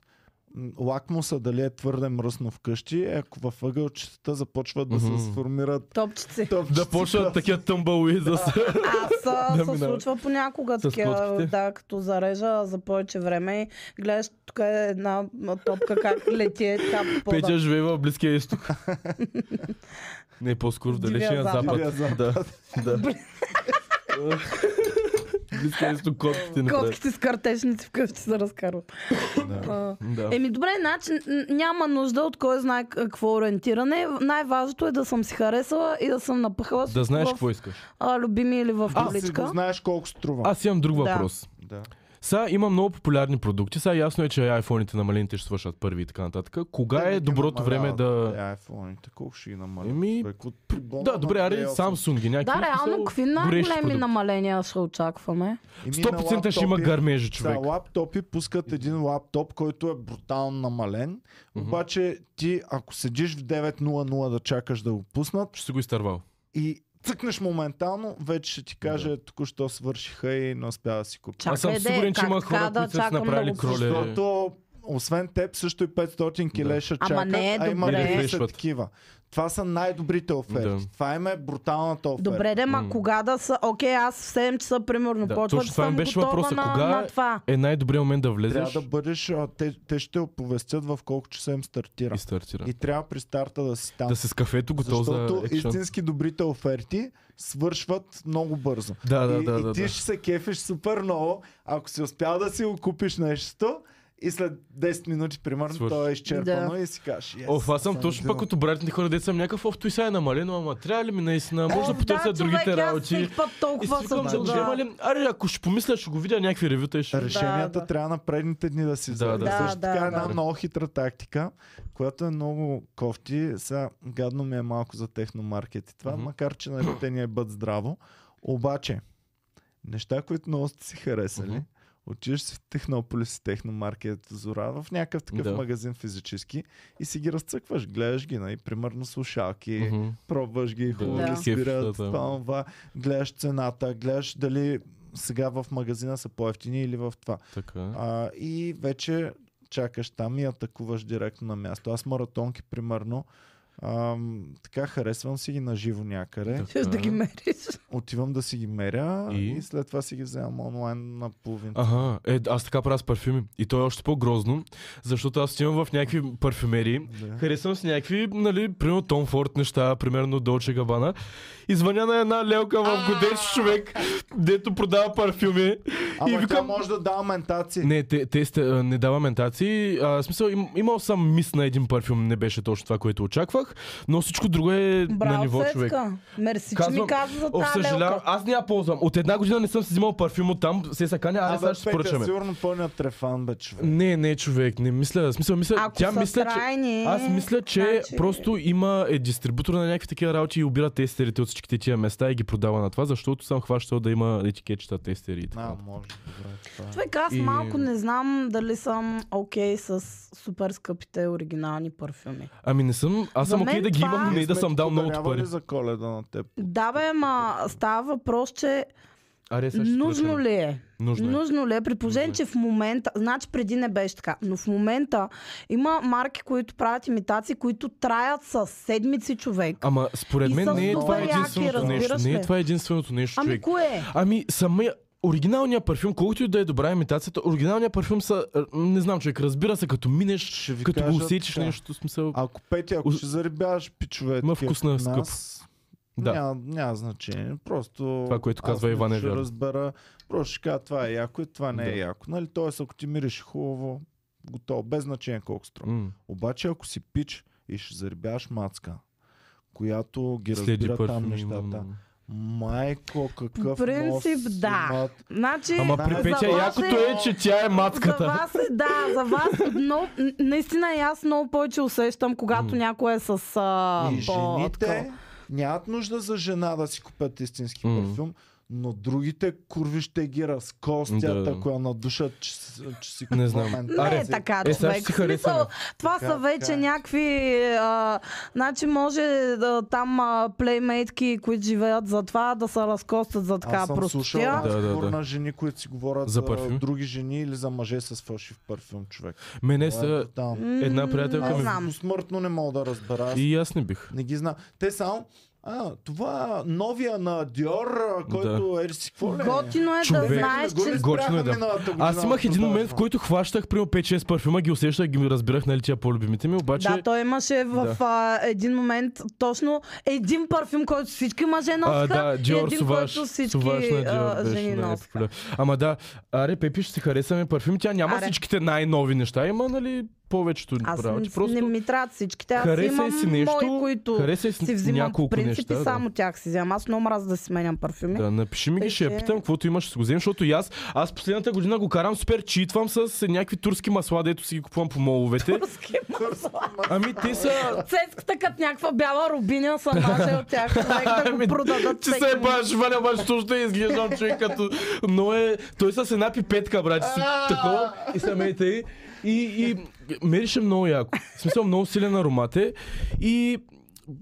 Speaker 1: м, лакмуса дали е твърде мръсно вкъщи, е ако във ъгълчетата започват да се
Speaker 3: Мгм.
Speaker 1: сформират
Speaker 2: Топчици.
Speaker 1: топчета.
Speaker 3: Да почнат такива тъмбълуи да се...
Speaker 2: Аз а,
Speaker 3: Да
Speaker 2: се
Speaker 3: минава.
Speaker 2: случва понякога
Speaker 3: С
Speaker 2: такива,
Speaker 3: котките.
Speaker 2: да, като зарежа за повече време и гледаш тук е една топка как лети е така по пода.
Speaker 3: Петя живее в Близкия изток. Не, по-скоро в
Speaker 2: Дивия
Speaker 3: далечния
Speaker 2: запад.
Speaker 3: запад.
Speaker 1: Дивия
Speaker 3: Да, да. Близкия изток котките не правят.
Speaker 2: Котките с картечници вкъщи се разкарват. А,
Speaker 3: Да.
Speaker 2: Еми добре, значи н- няма нужда от кой знае какво ориентиране. Най-важното е да съм си харесала и да съм напъхала
Speaker 3: Да знаеш
Speaker 2: в,
Speaker 3: какво е. искаш.
Speaker 2: а, любими или в
Speaker 1: Ти си го
Speaker 2: количка.
Speaker 1: знаеш колко струва.
Speaker 3: Аз имам друг
Speaker 2: Да.
Speaker 3: въпрос.
Speaker 1: Да.
Speaker 3: Сега има много популярни продукти. Сега ясно е, че iPhone-ите намалените ще свършат първи и така нататък. Кога
Speaker 1: Те
Speaker 3: е
Speaker 1: не ги
Speaker 3: доброто време
Speaker 1: намаляват,
Speaker 3: да...
Speaker 1: бе, iPhone-ите, колко ще ги намалят?
Speaker 3: Еми,
Speaker 1: Бе, какво при Бога
Speaker 3: Да, добре, аре,
Speaker 1: намалял съм.
Speaker 3: Samsung и някакви.
Speaker 2: Да, реално,
Speaker 3: смисъл,
Speaker 2: какви
Speaker 3: горещи
Speaker 2: най-големи
Speaker 3: продукти.
Speaker 2: намаления ще очакваме?
Speaker 1: Еми, на
Speaker 3: 100% ще има
Speaker 1: лаптопи-
Speaker 3: гърмежи,
Speaker 1: Са,
Speaker 3: човек.
Speaker 1: лаптопи пускат един лаптоп, който е брутално намален. Обаче ти, ако седиш в 9.00 да чакаш да го пуснат,
Speaker 3: Ще си го изтървал.
Speaker 1: и цъкнеш моментално, вече ще ти каже току-що свършиха и не успя да си купиш.
Speaker 2: Чакай,
Speaker 3: Аз съм
Speaker 2: де,
Speaker 3: сигурен, че
Speaker 2: как
Speaker 3: има
Speaker 2: така
Speaker 3: хора,
Speaker 2: да
Speaker 3: които са си
Speaker 2: чакам да
Speaker 3: направили
Speaker 2: го
Speaker 3: кроле.
Speaker 1: Защото освен теб също и 500 килеша
Speaker 2: Ама
Speaker 1: чакат,
Speaker 2: не е
Speaker 1: а има
Speaker 2: добре.
Speaker 1: 30
Speaker 3: Рефрешват.
Speaker 1: такива. Това са най-добрите оферти.
Speaker 3: Да.
Speaker 1: Това им е бруталната оферта.
Speaker 2: Добре, де, ма
Speaker 3: М.
Speaker 2: кога да са... Окей, аз в 7 часа, примерно,
Speaker 3: Да,
Speaker 2: почва,
Speaker 3: точно
Speaker 2: че
Speaker 3: това ми
Speaker 2: съм
Speaker 3: беше
Speaker 2: готова
Speaker 3: въпроса.
Speaker 2: на,
Speaker 3: Кога
Speaker 2: на това.
Speaker 3: Е най-добрият момент да влезеш
Speaker 1: Трябва да бъдеш, а, те, те ще оповестят в колко часа им стартира.
Speaker 3: и стартира.
Speaker 1: И трябва при старта да си там.
Speaker 3: Да си с кафето готов за
Speaker 1: Защото
Speaker 3: екшън.
Speaker 1: истински добрите оферти свършват много бързо.
Speaker 3: Да, да,
Speaker 1: и,
Speaker 3: да,
Speaker 1: и
Speaker 3: да,
Speaker 1: ти
Speaker 3: да.
Speaker 1: ще се кефиш супер много, ако си успял да си го купиш нещо и след 10 минути, примерно,
Speaker 3: Свърши.
Speaker 1: то е изчерпано и си кажеш. Yes,
Speaker 3: Оф, аз съм точно пък от обратните хора, деца съм някакъв офто и сега е намалено, ама трябва ли ми наистина? Може да
Speaker 2: О,
Speaker 3: потърся другите
Speaker 2: Е, човек, аз
Speaker 3: работи.
Speaker 2: всеки път
Speaker 3: И
Speaker 2: толкова
Speaker 3: свикам
Speaker 2: съм
Speaker 3: да
Speaker 2: чуда.
Speaker 3: взема ли? Аре, ако ще помисля, ще го видя някакви ревюта и ще...
Speaker 1: Решенията
Speaker 2: да.
Speaker 1: трябва на предните дни да си
Speaker 3: Да,
Speaker 1: вземеш.
Speaker 3: да.
Speaker 1: Също
Speaker 2: Да,
Speaker 1: така е
Speaker 2: да,
Speaker 1: една
Speaker 3: да.
Speaker 1: много хитра тактика, която е много кофти. Сега гадно ми е малко за техномаркет и това,
Speaker 3: Мгм.
Speaker 1: макар че нали, те ни е бът здраво. Обаче, неща, които много сте си харесали,
Speaker 3: Мгм.
Speaker 1: отиваш си в Технополис и Техномаркет в Зора, в някакъв такъв
Speaker 3: Да.
Speaker 1: магазин физически и си ги разцъкваш, гледаш ги, нали, примерно слушалки,
Speaker 3: Мгм.
Speaker 1: пробваш ги, хубаво
Speaker 2: Да.
Speaker 1: да.
Speaker 3: Кефиш, да,
Speaker 1: спират,
Speaker 3: да.
Speaker 1: това, това, гледаш цената, гледаш дали сега в магазина са по-ефтини или в това.
Speaker 3: Така.
Speaker 1: А, и вече чакаш там и атакуваш директно на място. Аз маратонки, примерно, ам, така харесвам си ги на живо някъде.
Speaker 3: Да.
Speaker 2: Ще да ги мериш.
Speaker 1: Отивам да си ги меря и?
Speaker 3: И?
Speaker 1: и след това си ги вземам онлайн на половин.
Speaker 3: Ага, е, аз така правя с парфюми. И то е още по-грозно, защото аз имам в някакви парфюмерии.
Speaker 1: Да.
Speaker 3: Харесвам с някакви, нали, примерно Том Форд неща, примерно Dolce Gabbana. И звъня на една лелка в Годеш човек, дето продава парфюми.
Speaker 1: Ама
Speaker 3: и викам,
Speaker 1: тя може да дава ментации.
Speaker 3: Не, те, те сте, а, не дава ментации. А, в смисъл, им, имал съм мис на един парфюм, не беше точно това, което очаквах. изядох, но всичко друго е на
Speaker 2: Браво,
Speaker 3: ниво човек.
Speaker 2: Сецка. Мерси, че
Speaker 3: Казвам,
Speaker 2: ми каза за
Speaker 3: О,
Speaker 2: тази
Speaker 3: съжалявам,
Speaker 2: лелка.
Speaker 3: аз не я ползвам. От една година не съм си взимал парфюм от там, се саканя, аре сега ще си поръчаме.
Speaker 1: сигурно пълният трефан, бе, човек.
Speaker 3: Не, не, човек, не мисля. в Смисъл, мисля,
Speaker 2: Ако
Speaker 3: тя
Speaker 2: са
Speaker 3: мисля, че...
Speaker 2: трайни,
Speaker 3: Аз мисля, че
Speaker 2: значи-
Speaker 3: просто има е дистрибутор на някакви такива работи и убира тестерите от всичките тия места и ги продава на това, защото съм хващал да има етикетчета тестери и така.
Speaker 1: А, може. Добре, това е.
Speaker 2: Човек, аз
Speaker 3: И-
Speaker 2: малко не знам дали съм окей с супер скъпите оригинални парфюми.
Speaker 3: Ами не съм, аз
Speaker 2: За
Speaker 3: съм окей
Speaker 2: мен
Speaker 3: да ги
Speaker 2: това
Speaker 3: имам, но
Speaker 2: е-
Speaker 3: не и да съм дал много
Speaker 1: Подарява ли
Speaker 3: пари.
Speaker 1: Ами за коледа на теб?
Speaker 2: Да бе, ма става въпрос, че
Speaker 3: Аре, сега ще
Speaker 2: нужно
Speaker 3: поръчам.
Speaker 2: ли е?
Speaker 3: Нужно е.
Speaker 2: Нужно ли е? При положение,
Speaker 3: Нужно
Speaker 2: че в момента, значи преди не беше така, но в момента има марки, които правят имитации, които траят с седмици човек.
Speaker 3: Ама според
Speaker 2: И
Speaker 3: мен
Speaker 2: са
Speaker 3: не е
Speaker 2: супер
Speaker 3: това
Speaker 2: яки,
Speaker 3: единственото
Speaker 2: разбираш
Speaker 3: нещо. Не е
Speaker 2: ли?
Speaker 3: това единственото нещо,
Speaker 2: Ами
Speaker 3: човек.
Speaker 2: кое е?
Speaker 3: Ами самия оригиналният парфюм, колкото и да е добра имитацията, оригиналният парфюм са, а, не знам човек, разбира се, като минеш,
Speaker 1: Ще ви
Speaker 3: като го
Speaker 1: кажа
Speaker 3: усетиш
Speaker 1: така.
Speaker 3: нещо, смисъл.
Speaker 1: Ако пети, ако
Speaker 3: Уз-
Speaker 1: ще зарибяваш пичове,
Speaker 3: Ма
Speaker 1: такива
Speaker 3: вкусна,
Speaker 1: като
Speaker 3: скъп.
Speaker 1: нас,
Speaker 3: Да.
Speaker 1: Няма, няма значение. Просто.
Speaker 3: Това, което казва
Speaker 1: аз не
Speaker 3: Иван е
Speaker 1: ще
Speaker 3: вярно.
Speaker 1: разбера. Просто ще кажа, това е яко и това не
Speaker 3: Да.
Speaker 1: е яко. Нали? Тоест, ако ти мириш хубаво, готово, без значение колко струва.
Speaker 3: М.
Speaker 1: Обаче, ако си пич и ще зарибяваш мацка, която ги
Speaker 3: Следи
Speaker 1: разбира там
Speaker 3: парфюм.
Speaker 1: нещата.
Speaker 3: имам.
Speaker 1: Майко, какъв
Speaker 2: По принцип,
Speaker 1: нос
Speaker 2: да.
Speaker 1: имат.
Speaker 2: Значи,
Speaker 3: Ама
Speaker 1: Е, Да,
Speaker 3: при
Speaker 1: за
Speaker 3: Петя
Speaker 2: вас
Speaker 3: якото
Speaker 2: е-
Speaker 3: е, че тя е
Speaker 2: За
Speaker 3: мацката.
Speaker 2: вас, е- да, за вас, но н- наистина и аз много повече усещам, когато
Speaker 3: М.
Speaker 2: някой е с а,
Speaker 1: И
Speaker 2: по-
Speaker 1: жените
Speaker 2: такова.
Speaker 1: нямат нужда за жена да си купят истински
Speaker 3: М.
Speaker 1: парфюм, но другите курви ще ги разкостят,
Speaker 3: Да.
Speaker 1: ако я надушат, че, с- че си
Speaker 3: Не знам.
Speaker 1: купуват
Speaker 2: Не
Speaker 3: Аре,
Speaker 2: е така,
Speaker 3: е, сега
Speaker 2: човек.
Speaker 3: ще си
Speaker 2: В смисъл,
Speaker 3: харесаме.
Speaker 2: това
Speaker 1: Така,
Speaker 2: са вече
Speaker 1: така е.
Speaker 2: някакви... А, значи може да, там а, плеймейтки, които живеят за това, да се разкостят за така
Speaker 1: Аз съм слушал
Speaker 2: простотия.
Speaker 3: Да, да,
Speaker 1: разговор
Speaker 3: да.
Speaker 1: на жени, които си говорят
Speaker 3: За
Speaker 1: за,
Speaker 3: парфюм?
Speaker 1: други жени или за мъже с фалшив парфюм, човек.
Speaker 3: Мене
Speaker 1: Това е
Speaker 3: са...
Speaker 1: брутално.
Speaker 2: М,
Speaker 3: Една приятелка
Speaker 2: не
Speaker 3: ми-
Speaker 2: знам.
Speaker 1: Аз смъртно не мога да разбера. Аз
Speaker 3: И аз не бих.
Speaker 1: Не ги знам. Те само... А, това новия на Диор, който е ли си какво ли е?
Speaker 2: Готино е да
Speaker 3: Човек.
Speaker 2: знаеш,
Speaker 1: Го ли
Speaker 2: че...
Speaker 3: Готино е, да.
Speaker 1: спряха миналата година
Speaker 3: Аз имах
Speaker 1: от
Speaker 3: един момент, в
Speaker 1: продажба?
Speaker 3: който хващах примерно 5-6 парфюма, ги усещах, ги разбирах, нали, тия по-любимите ми, обаче...
Speaker 2: Да, той имаше в а, един момент точно един парфюм, който всички мъже
Speaker 3: А,
Speaker 2: носиха
Speaker 3: да,
Speaker 2: и
Speaker 3: Диор
Speaker 2: един,
Speaker 3: Суваш.
Speaker 2: който всички
Speaker 3: Суваш на
Speaker 2: а,
Speaker 3: Диор беше
Speaker 2: жени
Speaker 3: на
Speaker 2: носиха.
Speaker 3: популяр. Ама да, аре, Пепи, ще си харесаме парфюм. Тя няма
Speaker 2: Аре.
Speaker 3: всичките най-нови неща, има, нали, повечето
Speaker 2: Аз
Speaker 3: работи.
Speaker 2: не, не
Speaker 3: Просто
Speaker 2: ми трябват всичките. Аз
Speaker 3: харесай
Speaker 2: имам
Speaker 3: си нещо,
Speaker 2: мои, които
Speaker 3: харесай
Speaker 2: си
Speaker 3: си
Speaker 2: взимам по
Speaker 3: няколко
Speaker 2: принцип
Speaker 3: неща.
Speaker 2: и
Speaker 3: да.
Speaker 2: само тях си взимам. Аз много мразя да си сменям парфюми.
Speaker 3: Да, напиши ми ги, ще я
Speaker 2: Беше-
Speaker 3: питам, каквото имаш, ще си го вземем, защото и аз, аз последната година го карам супер, читвам с някакви турски масла, дето си ги купувам по моловете.
Speaker 2: Турски масла.
Speaker 3: Ами те са...
Speaker 2: Цецката като някаква бяла рубиня съм маже от тях човек да го
Speaker 3: Ами,
Speaker 2: продадат.
Speaker 3: Че се
Speaker 2: всеки
Speaker 3: е баш, валя, обаче точно е изглеждал човек като... Но е... Той с една пипетка, брат, с такова и самете и, и, и мерише много яко. В смисъл много силен аромат е и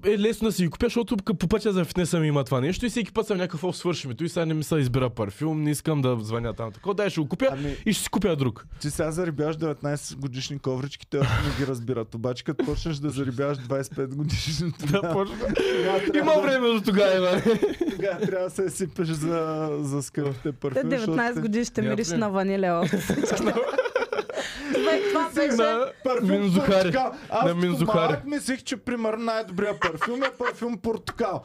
Speaker 3: е лесно да си ги купя, защото къ- по пътя за фитнеса ми има това нещо и всеки път съм някакъв "О, свърши ми. Той сега не ми се избира парфюм, не искам да звъня там. Такова, дай ще го купя
Speaker 1: Ами-
Speaker 3: и ще си купя друг.
Speaker 1: Ти сега зарибяваш 19 годишни коврички, те още не ги разбират. Обаче като почнеш да зарибяваш 25 годишни,
Speaker 3: Да,
Speaker 1: тогава
Speaker 3: почва.
Speaker 1: тогава трябва
Speaker 3: Има
Speaker 1: да-
Speaker 3: време до тогава, Иван.
Speaker 1: тогава трябва да се сипеш за, за скъпите
Speaker 2: Те
Speaker 1: парфюми. защото
Speaker 2: 19 години ще
Speaker 3: Няма
Speaker 2: мириш
Speaker 3: проблем.
Speaker 2: на ваниле още. Човек, това беше...
Speaker 3: На
Speaker 1: Парфюм
Speaker 3: Минзухари.
Speaker 1: портокал. Аз
Speaker 3: На
Speaker 1: като
Speaker 3: Минзухари.
Speaker 1: малък мислих, че примерно най-добрия парфюм е парфюм портокал.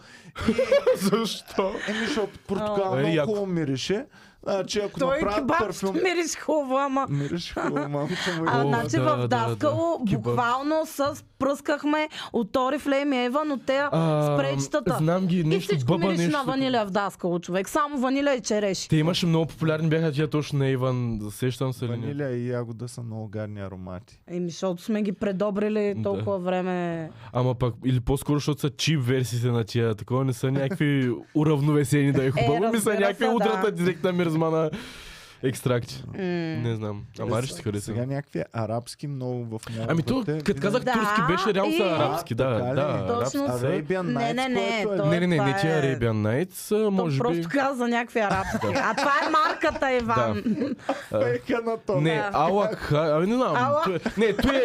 Speaker 3: Защо?
Speaker 1: Еми, защото портокал
Speaker 3: Е,
Speaker 1: много
Speaker 3: яко.
Speaker 1: хубаво мирише. Значи, ако
Speaker 2: Той
Speaker 1: направят
Speaker 2: кебаб ще
Speaker 1: парфюм...
Speaker 2: мириш хубаво, ама...
Speaker 1: Мирише хубаво, мамче му.
Speaker 2: А,
Speaker 3: О,
Speaker 2: значи
Speaker 3: да, да,
Speaker 2: в Даскало
Speaker 3: да. Кебаб.
Speaker 2: буквално с пръскахме от Тори Флейм и Ева, но те
Speaker 3: А,
Speaker 2: спречетата.
Speaker 3: Знам ги
Speaker 2: И
Speaker 3: нещо,
Speaker 2: всичко
Speaker 3: бъба
Speaker 2: мирише
Speaker 3: нещо.
Speaker 2: на ваниля в Даскало, човек. Само ваниля и череши.
Speaker 3: Те имаше много популярни, бяха тия точно на Иван, сещам се ли не. е.
Speaker 1: Ванилия и ягода са много гадни аромати.
Speaker 2: Еми, защото сме ги предобрили
Speaker 3: Да.
Speaker 2: толкова време.
Speaker 3: Ама пък, или по-скоро, защото са чип версиите на тия, такова не са някакви уравновесени да е хубаво, ми са
Speaker 2: разбира
Speaker 3: някакви
Speaker 2: се, да.
Speaker 3: утрата директна мирзма на екстракти.
Speaker 2: М. Е,
Speaker 3: Не знам. Ама ще ти
Speaker 1: Нали Сега
Speaker 3: хареса.
Speaker 1: някакви арабски много в нали, мозъка.
Speaker 3: Ами то, като казах
Speaker 2: Да,
Speaker 3: турски, беше реално са
Speaker 2: и-
Speaker 3: арабски, да,
Speaker 1: Така ли?
Speaker 3: да, арабски
Speaker 2: Точно
Speaker 3: са.
Speaker 1: Arabian
Speaker 2: Не, не,
Speaker 1: Nights,
Speaker 2: не,
Speaker 1: който е...
Speaker 2: то
Speaker 3: Не, не, не, не
Speaker 2: това
Speaker 3: тия
Speaker 2: е-
Speaker 3: Arabian Nights, а,
Speaker 2: То
Speaker 3: може би.
Speaker 2: просто каза за някакви арабски. а това е марката, Иван.
Speaker 1: Фейка на то.
Speaker 3: Не, Алак, ами не знам.
Speaker 2: Алак.
Speaker 3: той е- Не, той е,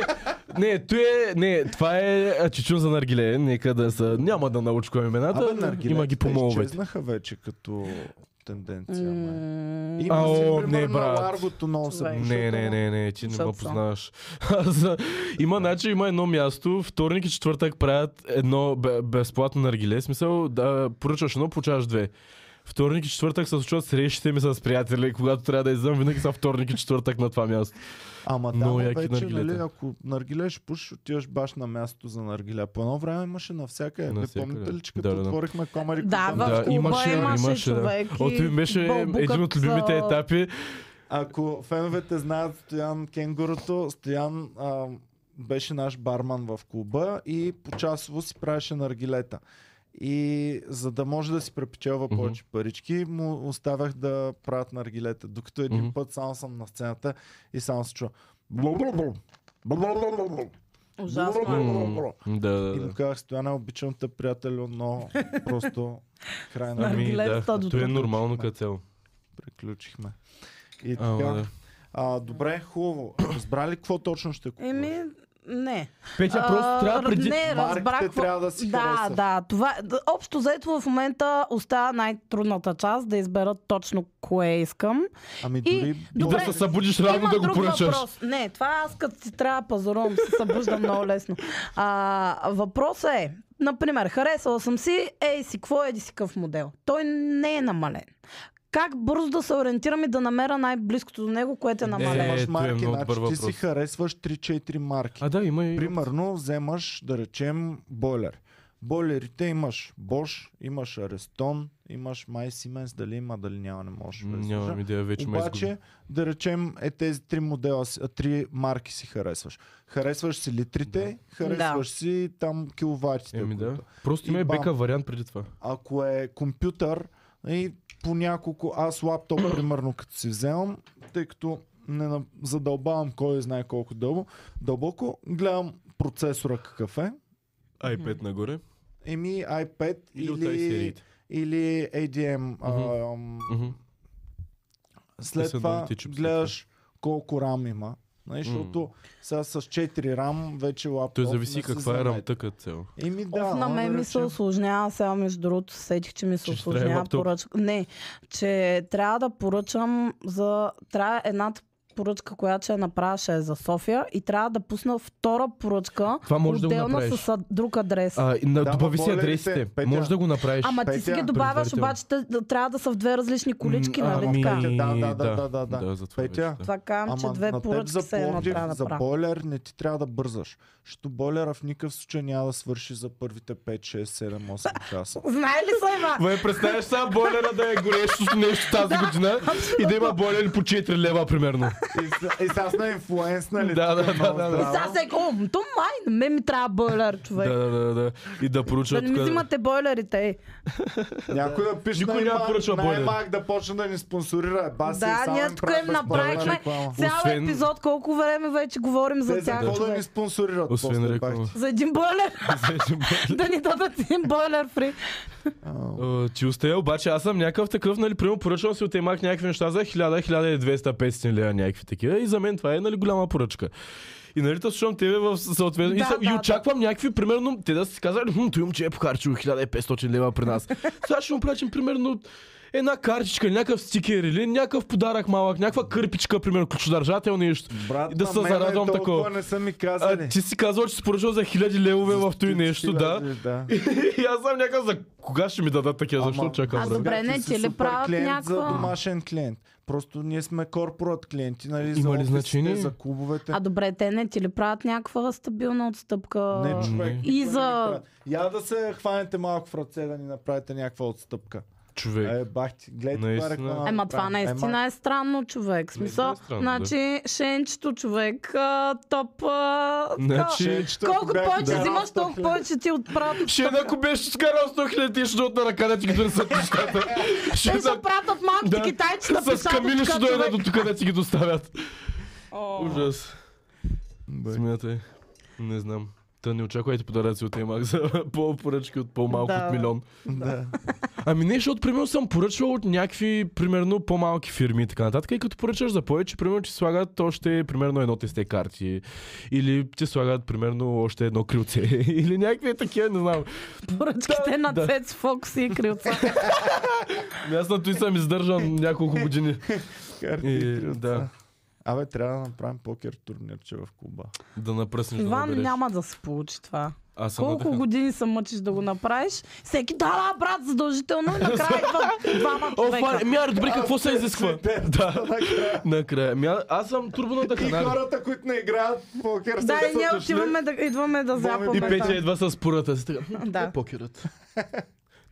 Speaker 3: не, той е, не, това е а, чичун за наргиле, нека да са, няма да научи кой е имената,
Speaker 1: Абе, наргилетата
Speaker 3: има ги по моловете.
Speaker 1: Изчезнаха вече като тенденция. май.
Speaker 2: М,
Speaker 1: Има
Speaker 3: Ао,
Speaker 1: си,
Speaker 3: не,
Speaker 1: примерно,
Speaker 3: брат.
Speaker 1: Ларгото много се
Speaker 2: Човек.
Speaker 1: бушува.
Speaker 3: Не, не, не, не, ти не ме
Speaker 2: Защото съм.
Speaker 3: познаваш. За- има начин, има едно място, вторник и четвъртък правят едно бе- безплатно наргиле, в смисъл да поръчаш едно, получаваш две. Вторник и четвъртък се случват срещите ми с приятели. Когато трябва да излизам, винаги са вторник и четвъртък на това място.
Speaker 1: Ама там
Speaker 3: Много яки
Speaker 1: вече,
Speaker 3: наргилета.
Speaker 1: нали, ако наргилеш, пуш, отиваш баш на мястото за наргиля. По едно време имаше навсякъде. Не
Speaker 3: Навсякъде.
Speaker 1: помните ли, че
Speaker 3: Да,
Speaker 1: като
Speaker 3: да, да.
Speaker 1: отворихме комари
Speaker 2: Да,
Speaker 1: Кузан?
Speaker 2: в
Speaker 3: Да,
Speaker 2: клуба
Speaker 3: имаше,
Speaker 2: имаше,
Speaker 3: имаше, да.
Speaker 2: човек. и
Speaker 3: О, той беше
Speaker 2: бълбукът
Speaker 3: един от любимите
Speaker 2: за-
Speaker 3: етапи.
Speaker 1: Ако феновете знаят Стоян Кенгурото, Стоян а, беше наш барман в клуба и почасово си правеше наргилета. И за да може да си препечелва
Speaker 3: Мгм.
Speaker 1: повече парички, му оставях да правят наргилета. Докато един
Speaker 3: Мгм.
Speaker 1: път само съм на сцената и само се чува. «Блу-блу-блу, блу-блу-блу-блу,
Speaker 2: Ужасно е.
Speaker 3: М, Да, да,
Speaker 1: И
Speaker 3: да.
Speaker 1: му казах, Стояна, обичам те, приятелю, но просто край на ми
Speaker 3: Ами, да.
Speaker 2: Наргилетата до
Speaker 3: То е
Speaker 2: тук.
Speaker 3: нормално като цяло.
Speaker 1: приключихме. И
Speaker 3: Ама,
Speaker 1: така.
Speaker 3: да.
Speaker 1: А, добре, хубаво. Разбрали ли какво точно ще купуваш?
Speaker 2: Еми, не.
Speaker 3: Петя,
Speaker 2: А,
Speaker 3: Е, просто трябва преди...
Speaker 2: Не, разбрах.
Speaker 1: Марките
Speaker 2: какво-
Speaker 1: трябва да си
Speaker 2: Да,
Speaker 1: харесат.
Speaker 2: да. Това, да, общо заето в момента остава най-трудната част да избера точно кое искам.
Speaker 1: Ами
Speaker 2: И-
Speaker 1: дори...
Speaker 3: И
Speaker 2: Добре.
Speaker 3: да се събудиш рано
Speaker 2: Има
Speaker 3: да го
Speaker 2: друг
Speaker 3: поръчаш.
Speaker 2: въпрос. Не, това аз като си трябва да пазарувам, се събуждам много лесно. А, въпросът е, например, харесала съм си, ей си, какво е, еди си къв модел? Той не е намален. Как бързо да се ориентирам и да намеря най-близкото до него, което е
Speaker 1: Е,
Speaker 2: намалено?
Speaker 1: вземаш
Speaker 3: Е, той е
Speaker 1: марки,
Speaker 3: много
Speaker 1: значи
Speaker 3: добър
Speaker 1: ти си
Speaker 3: въпрос. Ами,
Speaker 1: харесваш 3-4 марки.
Speaker 3: А да, има и...
Speaker 1: Примерно вземаш, да речем, бойлер. Бойлерите имаш Bosch, имаш Areston, имаш май Siemens, дали има, дали няма, не можеш да излъжа.
Speaker 3: Нямам идея, ами, вече ме е изгуби.
Speaker 1: Обаче, да речем, е тези три модела, си- а, три марки си харесваш. Харесваш си литрите, харесваш си там киловатите.
Speaker 3: Еми да.
Speaker 1: които.
Speaker 3: Просто
Speaker 1: И
Speaker 3: има и
Speaker 1: бам.
Speaker 3: бека вариант преди това.
Speaker 1: Ако е компютър, и по няколко, аз лаптоп, примерно, като си вземам, тъй като не на- задълбавам кой знае колко дълбо, дълбоко, гледам процесора какъв е,
Speaker 3: iPad нагоре.
Speaker 1: еми iPad
Speaker 3: Или от
Speaker 1: или,
Speaker 3: i-сериите.
Speaker 1: или ADM. ам,
Speaker 3: Мгм.
Speaker 1: След
Speaker 3: Те са
Speaker 1: това
Speaker 3: новите чипсета.
Speaker 1: гледаш колко рам има. Нали, защото сега с 4 рам вече лаптоп.
Speaker 3: Той
Speaker 1: не
Speaker 3: зависи
Speaker 1: се
Speaker 3: каква е
Speaker 1: замета.
Speaker 3: рамта като цяло.
Speaker 1: Еми да,
Speaker 2: Оф, на
Speaker 1: ама
Speaker 2: мен
Speaker 1: да
Speaker 2: ми се
Speaker 1: речем-
Speaker 2: осложнява сега, между другото, сетих, че ми се
Speaker 3: Че ще трябва
Speaker 2: осложнява
Speaker 3: лаптоп.
Speaker 2: поръчка. Не, че трябва да поръчам за... Трябва едната поръчка, която ще направя, е за София и трябва да пусна втора поръчка,
Speaker 3: Това може да го
Speaker 2: отделна
Speaker 3: направиш.
Speaker 2: с а- друг адрес.
Speaker 3: А, и на,
Speaker 1: Да,
Speaker 3: добави
Speaker 1: ма,
Speaker 3: си
Speaker 1: моля ли те,
Speaker 3: адресите.
Speaker 1: Петя?
Speaker 3: Може да го направиш.
Speaker 2: Ама ти си
Speaker 1: Петя,
Speaker 2: ги добавяш,
Speaker 3: предварително.
Speaker 2: обаче те- да- трябва да са в две различни колички,
Speaker 3: М,
Speaker 2: нали
Speaker 1: ами,
Speaker 2: така?
Speaker 1: да, да, да, да, да, да.
Speaker 3: за това
Speaker 1: Петя?
Speaker 3: вече, да.
Speaker 2: Това казвам, че
Speaker 1: Ама
Speaker 2: две
Speaker 1: на теб
Speaker 2: поръчки
Speaker 1: за
Speaker 2: се е едно
Speaker 1: Пловдив,
Speaker 2: трябва да
Speaker 1: за
Speaker 2: направя.
Speaker 1: бойлер не ти трябва да бързаш. Защото бойлера в никакъв случай няма да свърши за първите 5, 6, 7, 8 часа.
Speaker 2: Знае ли са, Ева?
Speaker 3: Ма представяш сега бойлера да е горещо нещо тази година и да има бойлери по 4 лева примерно.
Speaker 1: И, с- и сега сме инфлуенснали.
Speaker 3: Да, да,
Speaker 1: тук е
Speaker 3: да,
Speaker 1: много
Speaker 3: да, да.
Speaker 2: И
Speaker 1: здраво.
Speaker 2: сега се о, то май, на мен ми трябва бойлер, човек.
Speaker 3: Да, да, да, да. И да
Speaker 2: Да
Speaker 3: поручат
Speaker 2: не ми взимате бойлерите. е.
Speaker 1: Някой да пише
Speaker 3: Никой няма поръчва
Speaker 1: най-мак,
Speaker 3: бойлер.
Speaker 1: най-мак да почне да ни спонсорира. Ба, си,
Speaker 2: Да,
Speaker 1: само
Speaker 2: ние
Speaker 1: им
Speaker 2: тук
Speaker 1: правим
Speaker 2: им
Speaker 1: безплатна
Speaker 2: направихме
Speaker 1: реклама.
Speaker 2: Цял
Speaker 3: Освен-
Speaker 2: епизод, колко време вече говорим
Speaker 1: Те
Speaker 2: за
Speaker 1: за
Speaker 2: тях,
Speaker 1: какво да
Speaker 2: човек.
Speaker 1: ни спонсорират?
Speaker 3: Освен
Speaker 1: после,
Speaker 3: реклама.
Speaker 1: бах ти?
Speaker 2: За един бойлер, да ни дадат един бойлер фри.
Speaker 1: Ау.
Speaker 3: О, Е, Ти остая, обаче аз съм някакъв такъв, нали, примерно поръчвам си от Емак някакви неща за 1000-1200-500 лева, някакви такива. И за мен това е, нали, голяма поръчка. И нали, да слушам тебе в съответно. и,
Speaker 2: Да,
Speaker 3: съм,
Speaker 2: да,
Speaker 3: и
Speaker 2: да.
Speaker 3: очаквам някакви, примерно, те да си казали, хм, той момче е похарчил 1500 лева при нас. Сега ще му плачем, примерно, една картичка, някакъв стикер или някакъв подарък малък, някаква кърпичка, примерно, ключодържател нещо.
Speaker 1: Брат,
Speaker 3: и да
Speaker 1: на
Speaker 3: се
Speaker 1: мене
Speaker 3: зарадвам
Speaker 1: толкова
Speaker 3: такова.
Speaker 1: не са ми
Speaker 3: А,
Speaker 1: казали.
Speaker 3: ти си казал, че си поръчал за 1000 левове в той
Speaker 1: Ти
Speaker 3: нещо,
Speaker 1: си
Speaker 3: да.
Speaker 1: лезеш, да.
Speaker 3: И аз съм някакъв за кога ще ми дадат такива,
Speaker 1: Ама-
Speaker 3: защо чакам?
Speaker 2: А,
Speaker 3: бре?
Speaker 2: добре,
Speaker 1: Ти
Speaker 2: не,
Speaker 1: си
Speaker 2: че ли
Speaker 1: супер
Speaker 2: правят
Speaker 1: клиент за
Speaker 2: някаква-
Speaker 1: домашен клиент. Просто ние сме корпорат клиенти, нали? за
Speaker 3: Има ли
Speaker 1: офисите,
Speaker 3: значение?
Speaker 1: За клубовете.
Speaker 2: А добре, те не ти ли правят някаква стабилна отстъпка?
Speaker 1: Не, човек.
Speaker 3: Не.
Speaker 1: никой
Speaker 2: И
Speaker 1: не
Speaker 2: за-
Speaker 1: ни прави. Я да се хванете малко в ръце да ни направите някаква отстъпка.
Speaker 3: Човек.
Speaker 1: Е, бах ти, гледайте
Speaker 3: Наистина.
Speaker 1: това реклама.
Speaker 2: Ема това
Speaker 1: направим.
Speaker 2: наистина е странно, човек. В Смисъл,
Speaker 3: да е странно, да.
Speaker 2: значи, шенчето, човек, а, топ... а,
Speaker 3: Значи-
Speaker 2: така.
Speaker 1: Шенчето,
Speaker 2: Колко
Speaker 1: бях
Speaker 2: повече
Speaker 1: дал
Speaker 2: взимаш,
Speaker 1: 100
Speaker 2: толкова
Speaker 1: хиляди.
Speaker 2: повече ти отправят.
Speaker 3: Ще ако беше скарал 100 хиляди, ще дойдат на ръка да ти ги донесат нещата. Ще
Speaker 2: Те ще пратят малките китайчета
Speaker 3: с камили ще дойдат
Speaker 2: дойдат.
Speaker 3: до тук да ти ги доставят.
Speaker 2: О.
Speaker 3: Ужас. Смятай. Не знам. Та не очаквайте подаръци от Емак за по-поръчки от по-малко
Speaker 2: Да.
Speaker 3: от милион.
Speaker 1: Да.
Speaker 3: Ами не, защото примерно съм поръчвал от някакви, примерно, по-малки фирми и така нататък. И като поръчаш за повече, примерно ти слагат още, примерно, едно тесте карти. Или ти слагат, примерно, още едно крилце. Или някакви такива, не знам.
Speaker 2: Поръчките на
Speaker 3: да.
Speaker 2: Цец, Фокс и Крилца.
Speaker 3: Ами Аз на той съм издържан няколко години.
Speaker 1: Карти
Speaker 3: И,
Speaker 1: и крилца.
Speaker 3: да.
Speaker 1: Абе, трябва да направим покер турнирче в клуба.
Speaker 3: Да напръснеш да
Speaker 2: Иван
Speaker 3: набереш.
Speaker 2: няма да се получи това.
Speaker 3: Аз съм
Speaker 2: Колко
Speaker 3: надъхан.
Speaker 2: години се мъчиш да го направиш? Всеки, да, да, брат, задължително и накрая идват двама
Speaker 3: О, ами,
Speaker 2: човека.
Speaker 3: фаре, мяр, добре, какво се изисква? Да,
Speaker 1: Накрая.
Speaker 3: накрая. Мя, аз съм турбо
Speaker 1: И
Speaker 3: надъхан.
Speaker 1: хората, които не играят в покер,
Speaker 2: Да,
Speaker 1: са
Speaker 2: и ние
Speaker 1: дошли.
Speaker 2: отиваме да, идваме да
Speaker 3: И
Speaker 2: запаме.
Speaker 3: Петя едва с пората си така. «М,
Speaker 2: Да.
Speaker 3: е Покерът.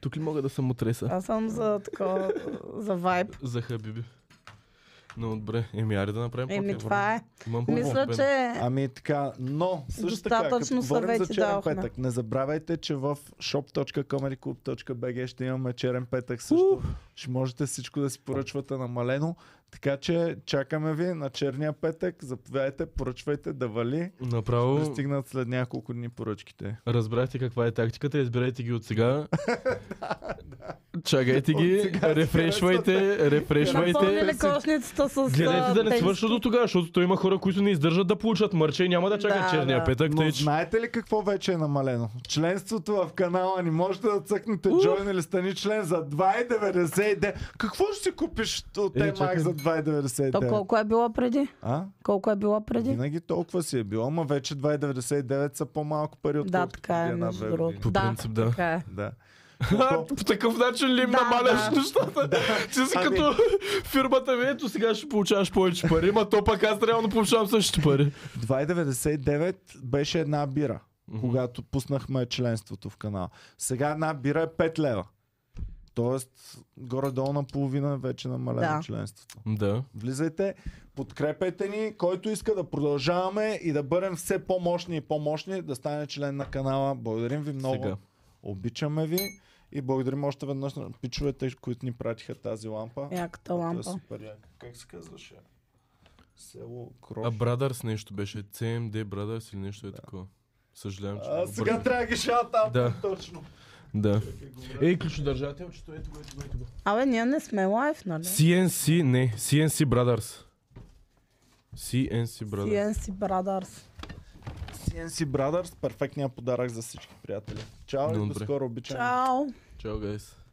Speaker 3: Тук ли мога да съм отреса?
Speaker 2: Аз съм за такова, за вайб.
Speaker 3: За хабиби. Но добре, еми, аре да направим
Speaker 2: Еми,
Speaker 3: покер.
Speaker 2: това е.
Speaker 3: Имам
Speaker 2: Мисля,
Speaker 3: по-опен.
Speaker 2: че
Speaker 1: Ами така, но също така, като
Speaker 2: Достатъчно
Speaker 1: говорим за
Speaker 2: съвети
Speaker 1: черен
Speaker 2: дадохме.
Speaker 1: петък, не забравяйте, че в shop.comedyclub.bg ще имаме черен петък също. Ще можете всичко да си поръчвате намалено. Така че чакаме ви на черния петък. Заповядайте, поръчвайте да вали.
Speaker 3: Направо
Speaker 1: Пристигнат след няколко дни поръчките.
Speaker 3: разбрахте каква е тактиката, избирайте ги от сега. Чагайте ги,
Speaker 1: сега
Speaker 3: рефрешвайте,
Speaker 2: напълни
Speaker 3: рефрешвайте.
Speaker 2: ли кошницата с а,
Speaker 3: Гледайте да не
Speaker 2: тенис?
Speaker 3: свършва до тогава, защото той има хора, които не издържат да получат мърче и няма да чакат
Speaker 2: Да,
Speaker 3: черния
Speaker 2: да.
Speaker 3: петък.
Speaker 1: Но
Speaker 3: Тъй, че...
Speaker 1: знаете ли какво вече е намалено? Членството в канала ни. Можете да цъкнете
Speaker 3: Ух!
Speaker 1: Join или стани член за 2,99. Какво ще си купиш от
Speaker 3: Е,
Speaker 1: Емак
Speaker 3: чакай.
Speaker 1: за
Speaker 2: То
Speaker 1: 2,99?
Speaker 2: колко е било преди?
Speaker 1: А?
Speaker 2: Колко е било преди?
Speaker 1: Винаги толкова си е било, ама вече 2,99 са по-малко пари от
Speaker 2: Да, така е, между другото.
Speaker 3: По
Speaker 2: Да,
Speaker 3: принцип, да.
Speaker 2: така е.
Speaker 1: Да.
Speaker 3: По такъв начин ли им
Speaker 2: Да,
Speaker 3: намаляш
Speaker 2: да.
Speaker 3: нещата? Ти си
Speaker 1: Ами-
Speaker 3: като фирмата ми, ето сега ще получаваш повече пари, ма то пък аз реално получавам същите пари.
Speaker 1: 2,99 беше една бира, когато пуснахме членството в канала. Сега една бира е 5 лева. Тоест, горе-долу наполовина е вече намалено
Speaker 2: Да.
Speaker 1: членството.
Speaker 3: Да.
Speaker 1: Влизайте, подкрепете ни, който иска да продължаваме и да бъдем все по-мощни и по-мощни, да стане член на канала. Благодарим ви много.
Speaker 3: Сега.
Speaker 1: Обичаме ви и благодарим още веднъж на пичовете, които ни пратиха тази лампа.
Speaker 2: Яката
Speaker 1: Това е
Speaker 2: лампа.
Speaker 1: супер яка. Как се казваше? Село Крош.
Speaker 3: А Брадърс нещо беше. CMD Брадърс или нещо е такова. Съжалявам, че.
Speaker 1: А,
Speaker 3: го
Speaker 1: сега
Speaker 3: обърнах.
Speaker 1: трябва да ги шатам.
Speaker 3: Да.
Speaker 1: Точно.
Speaker 3: Да. Ей, ключодържателчето, Е, ето го, ето го, ето го.
Speaker 2: Абе, ние не сме лайф, нали?
Speaker 3: CNC, не, CNC Brothers. CNC Brothers.
Speaker 2: CNC Brothers.
Speaker 1: CNC Brothers, перфектният подарък за всички приятели. Чао и
Speaker 3: Добре.
Speaker 1: до скоро, обичам.
Speaker 2: Чао!
Speaker 3: Чао, гайс.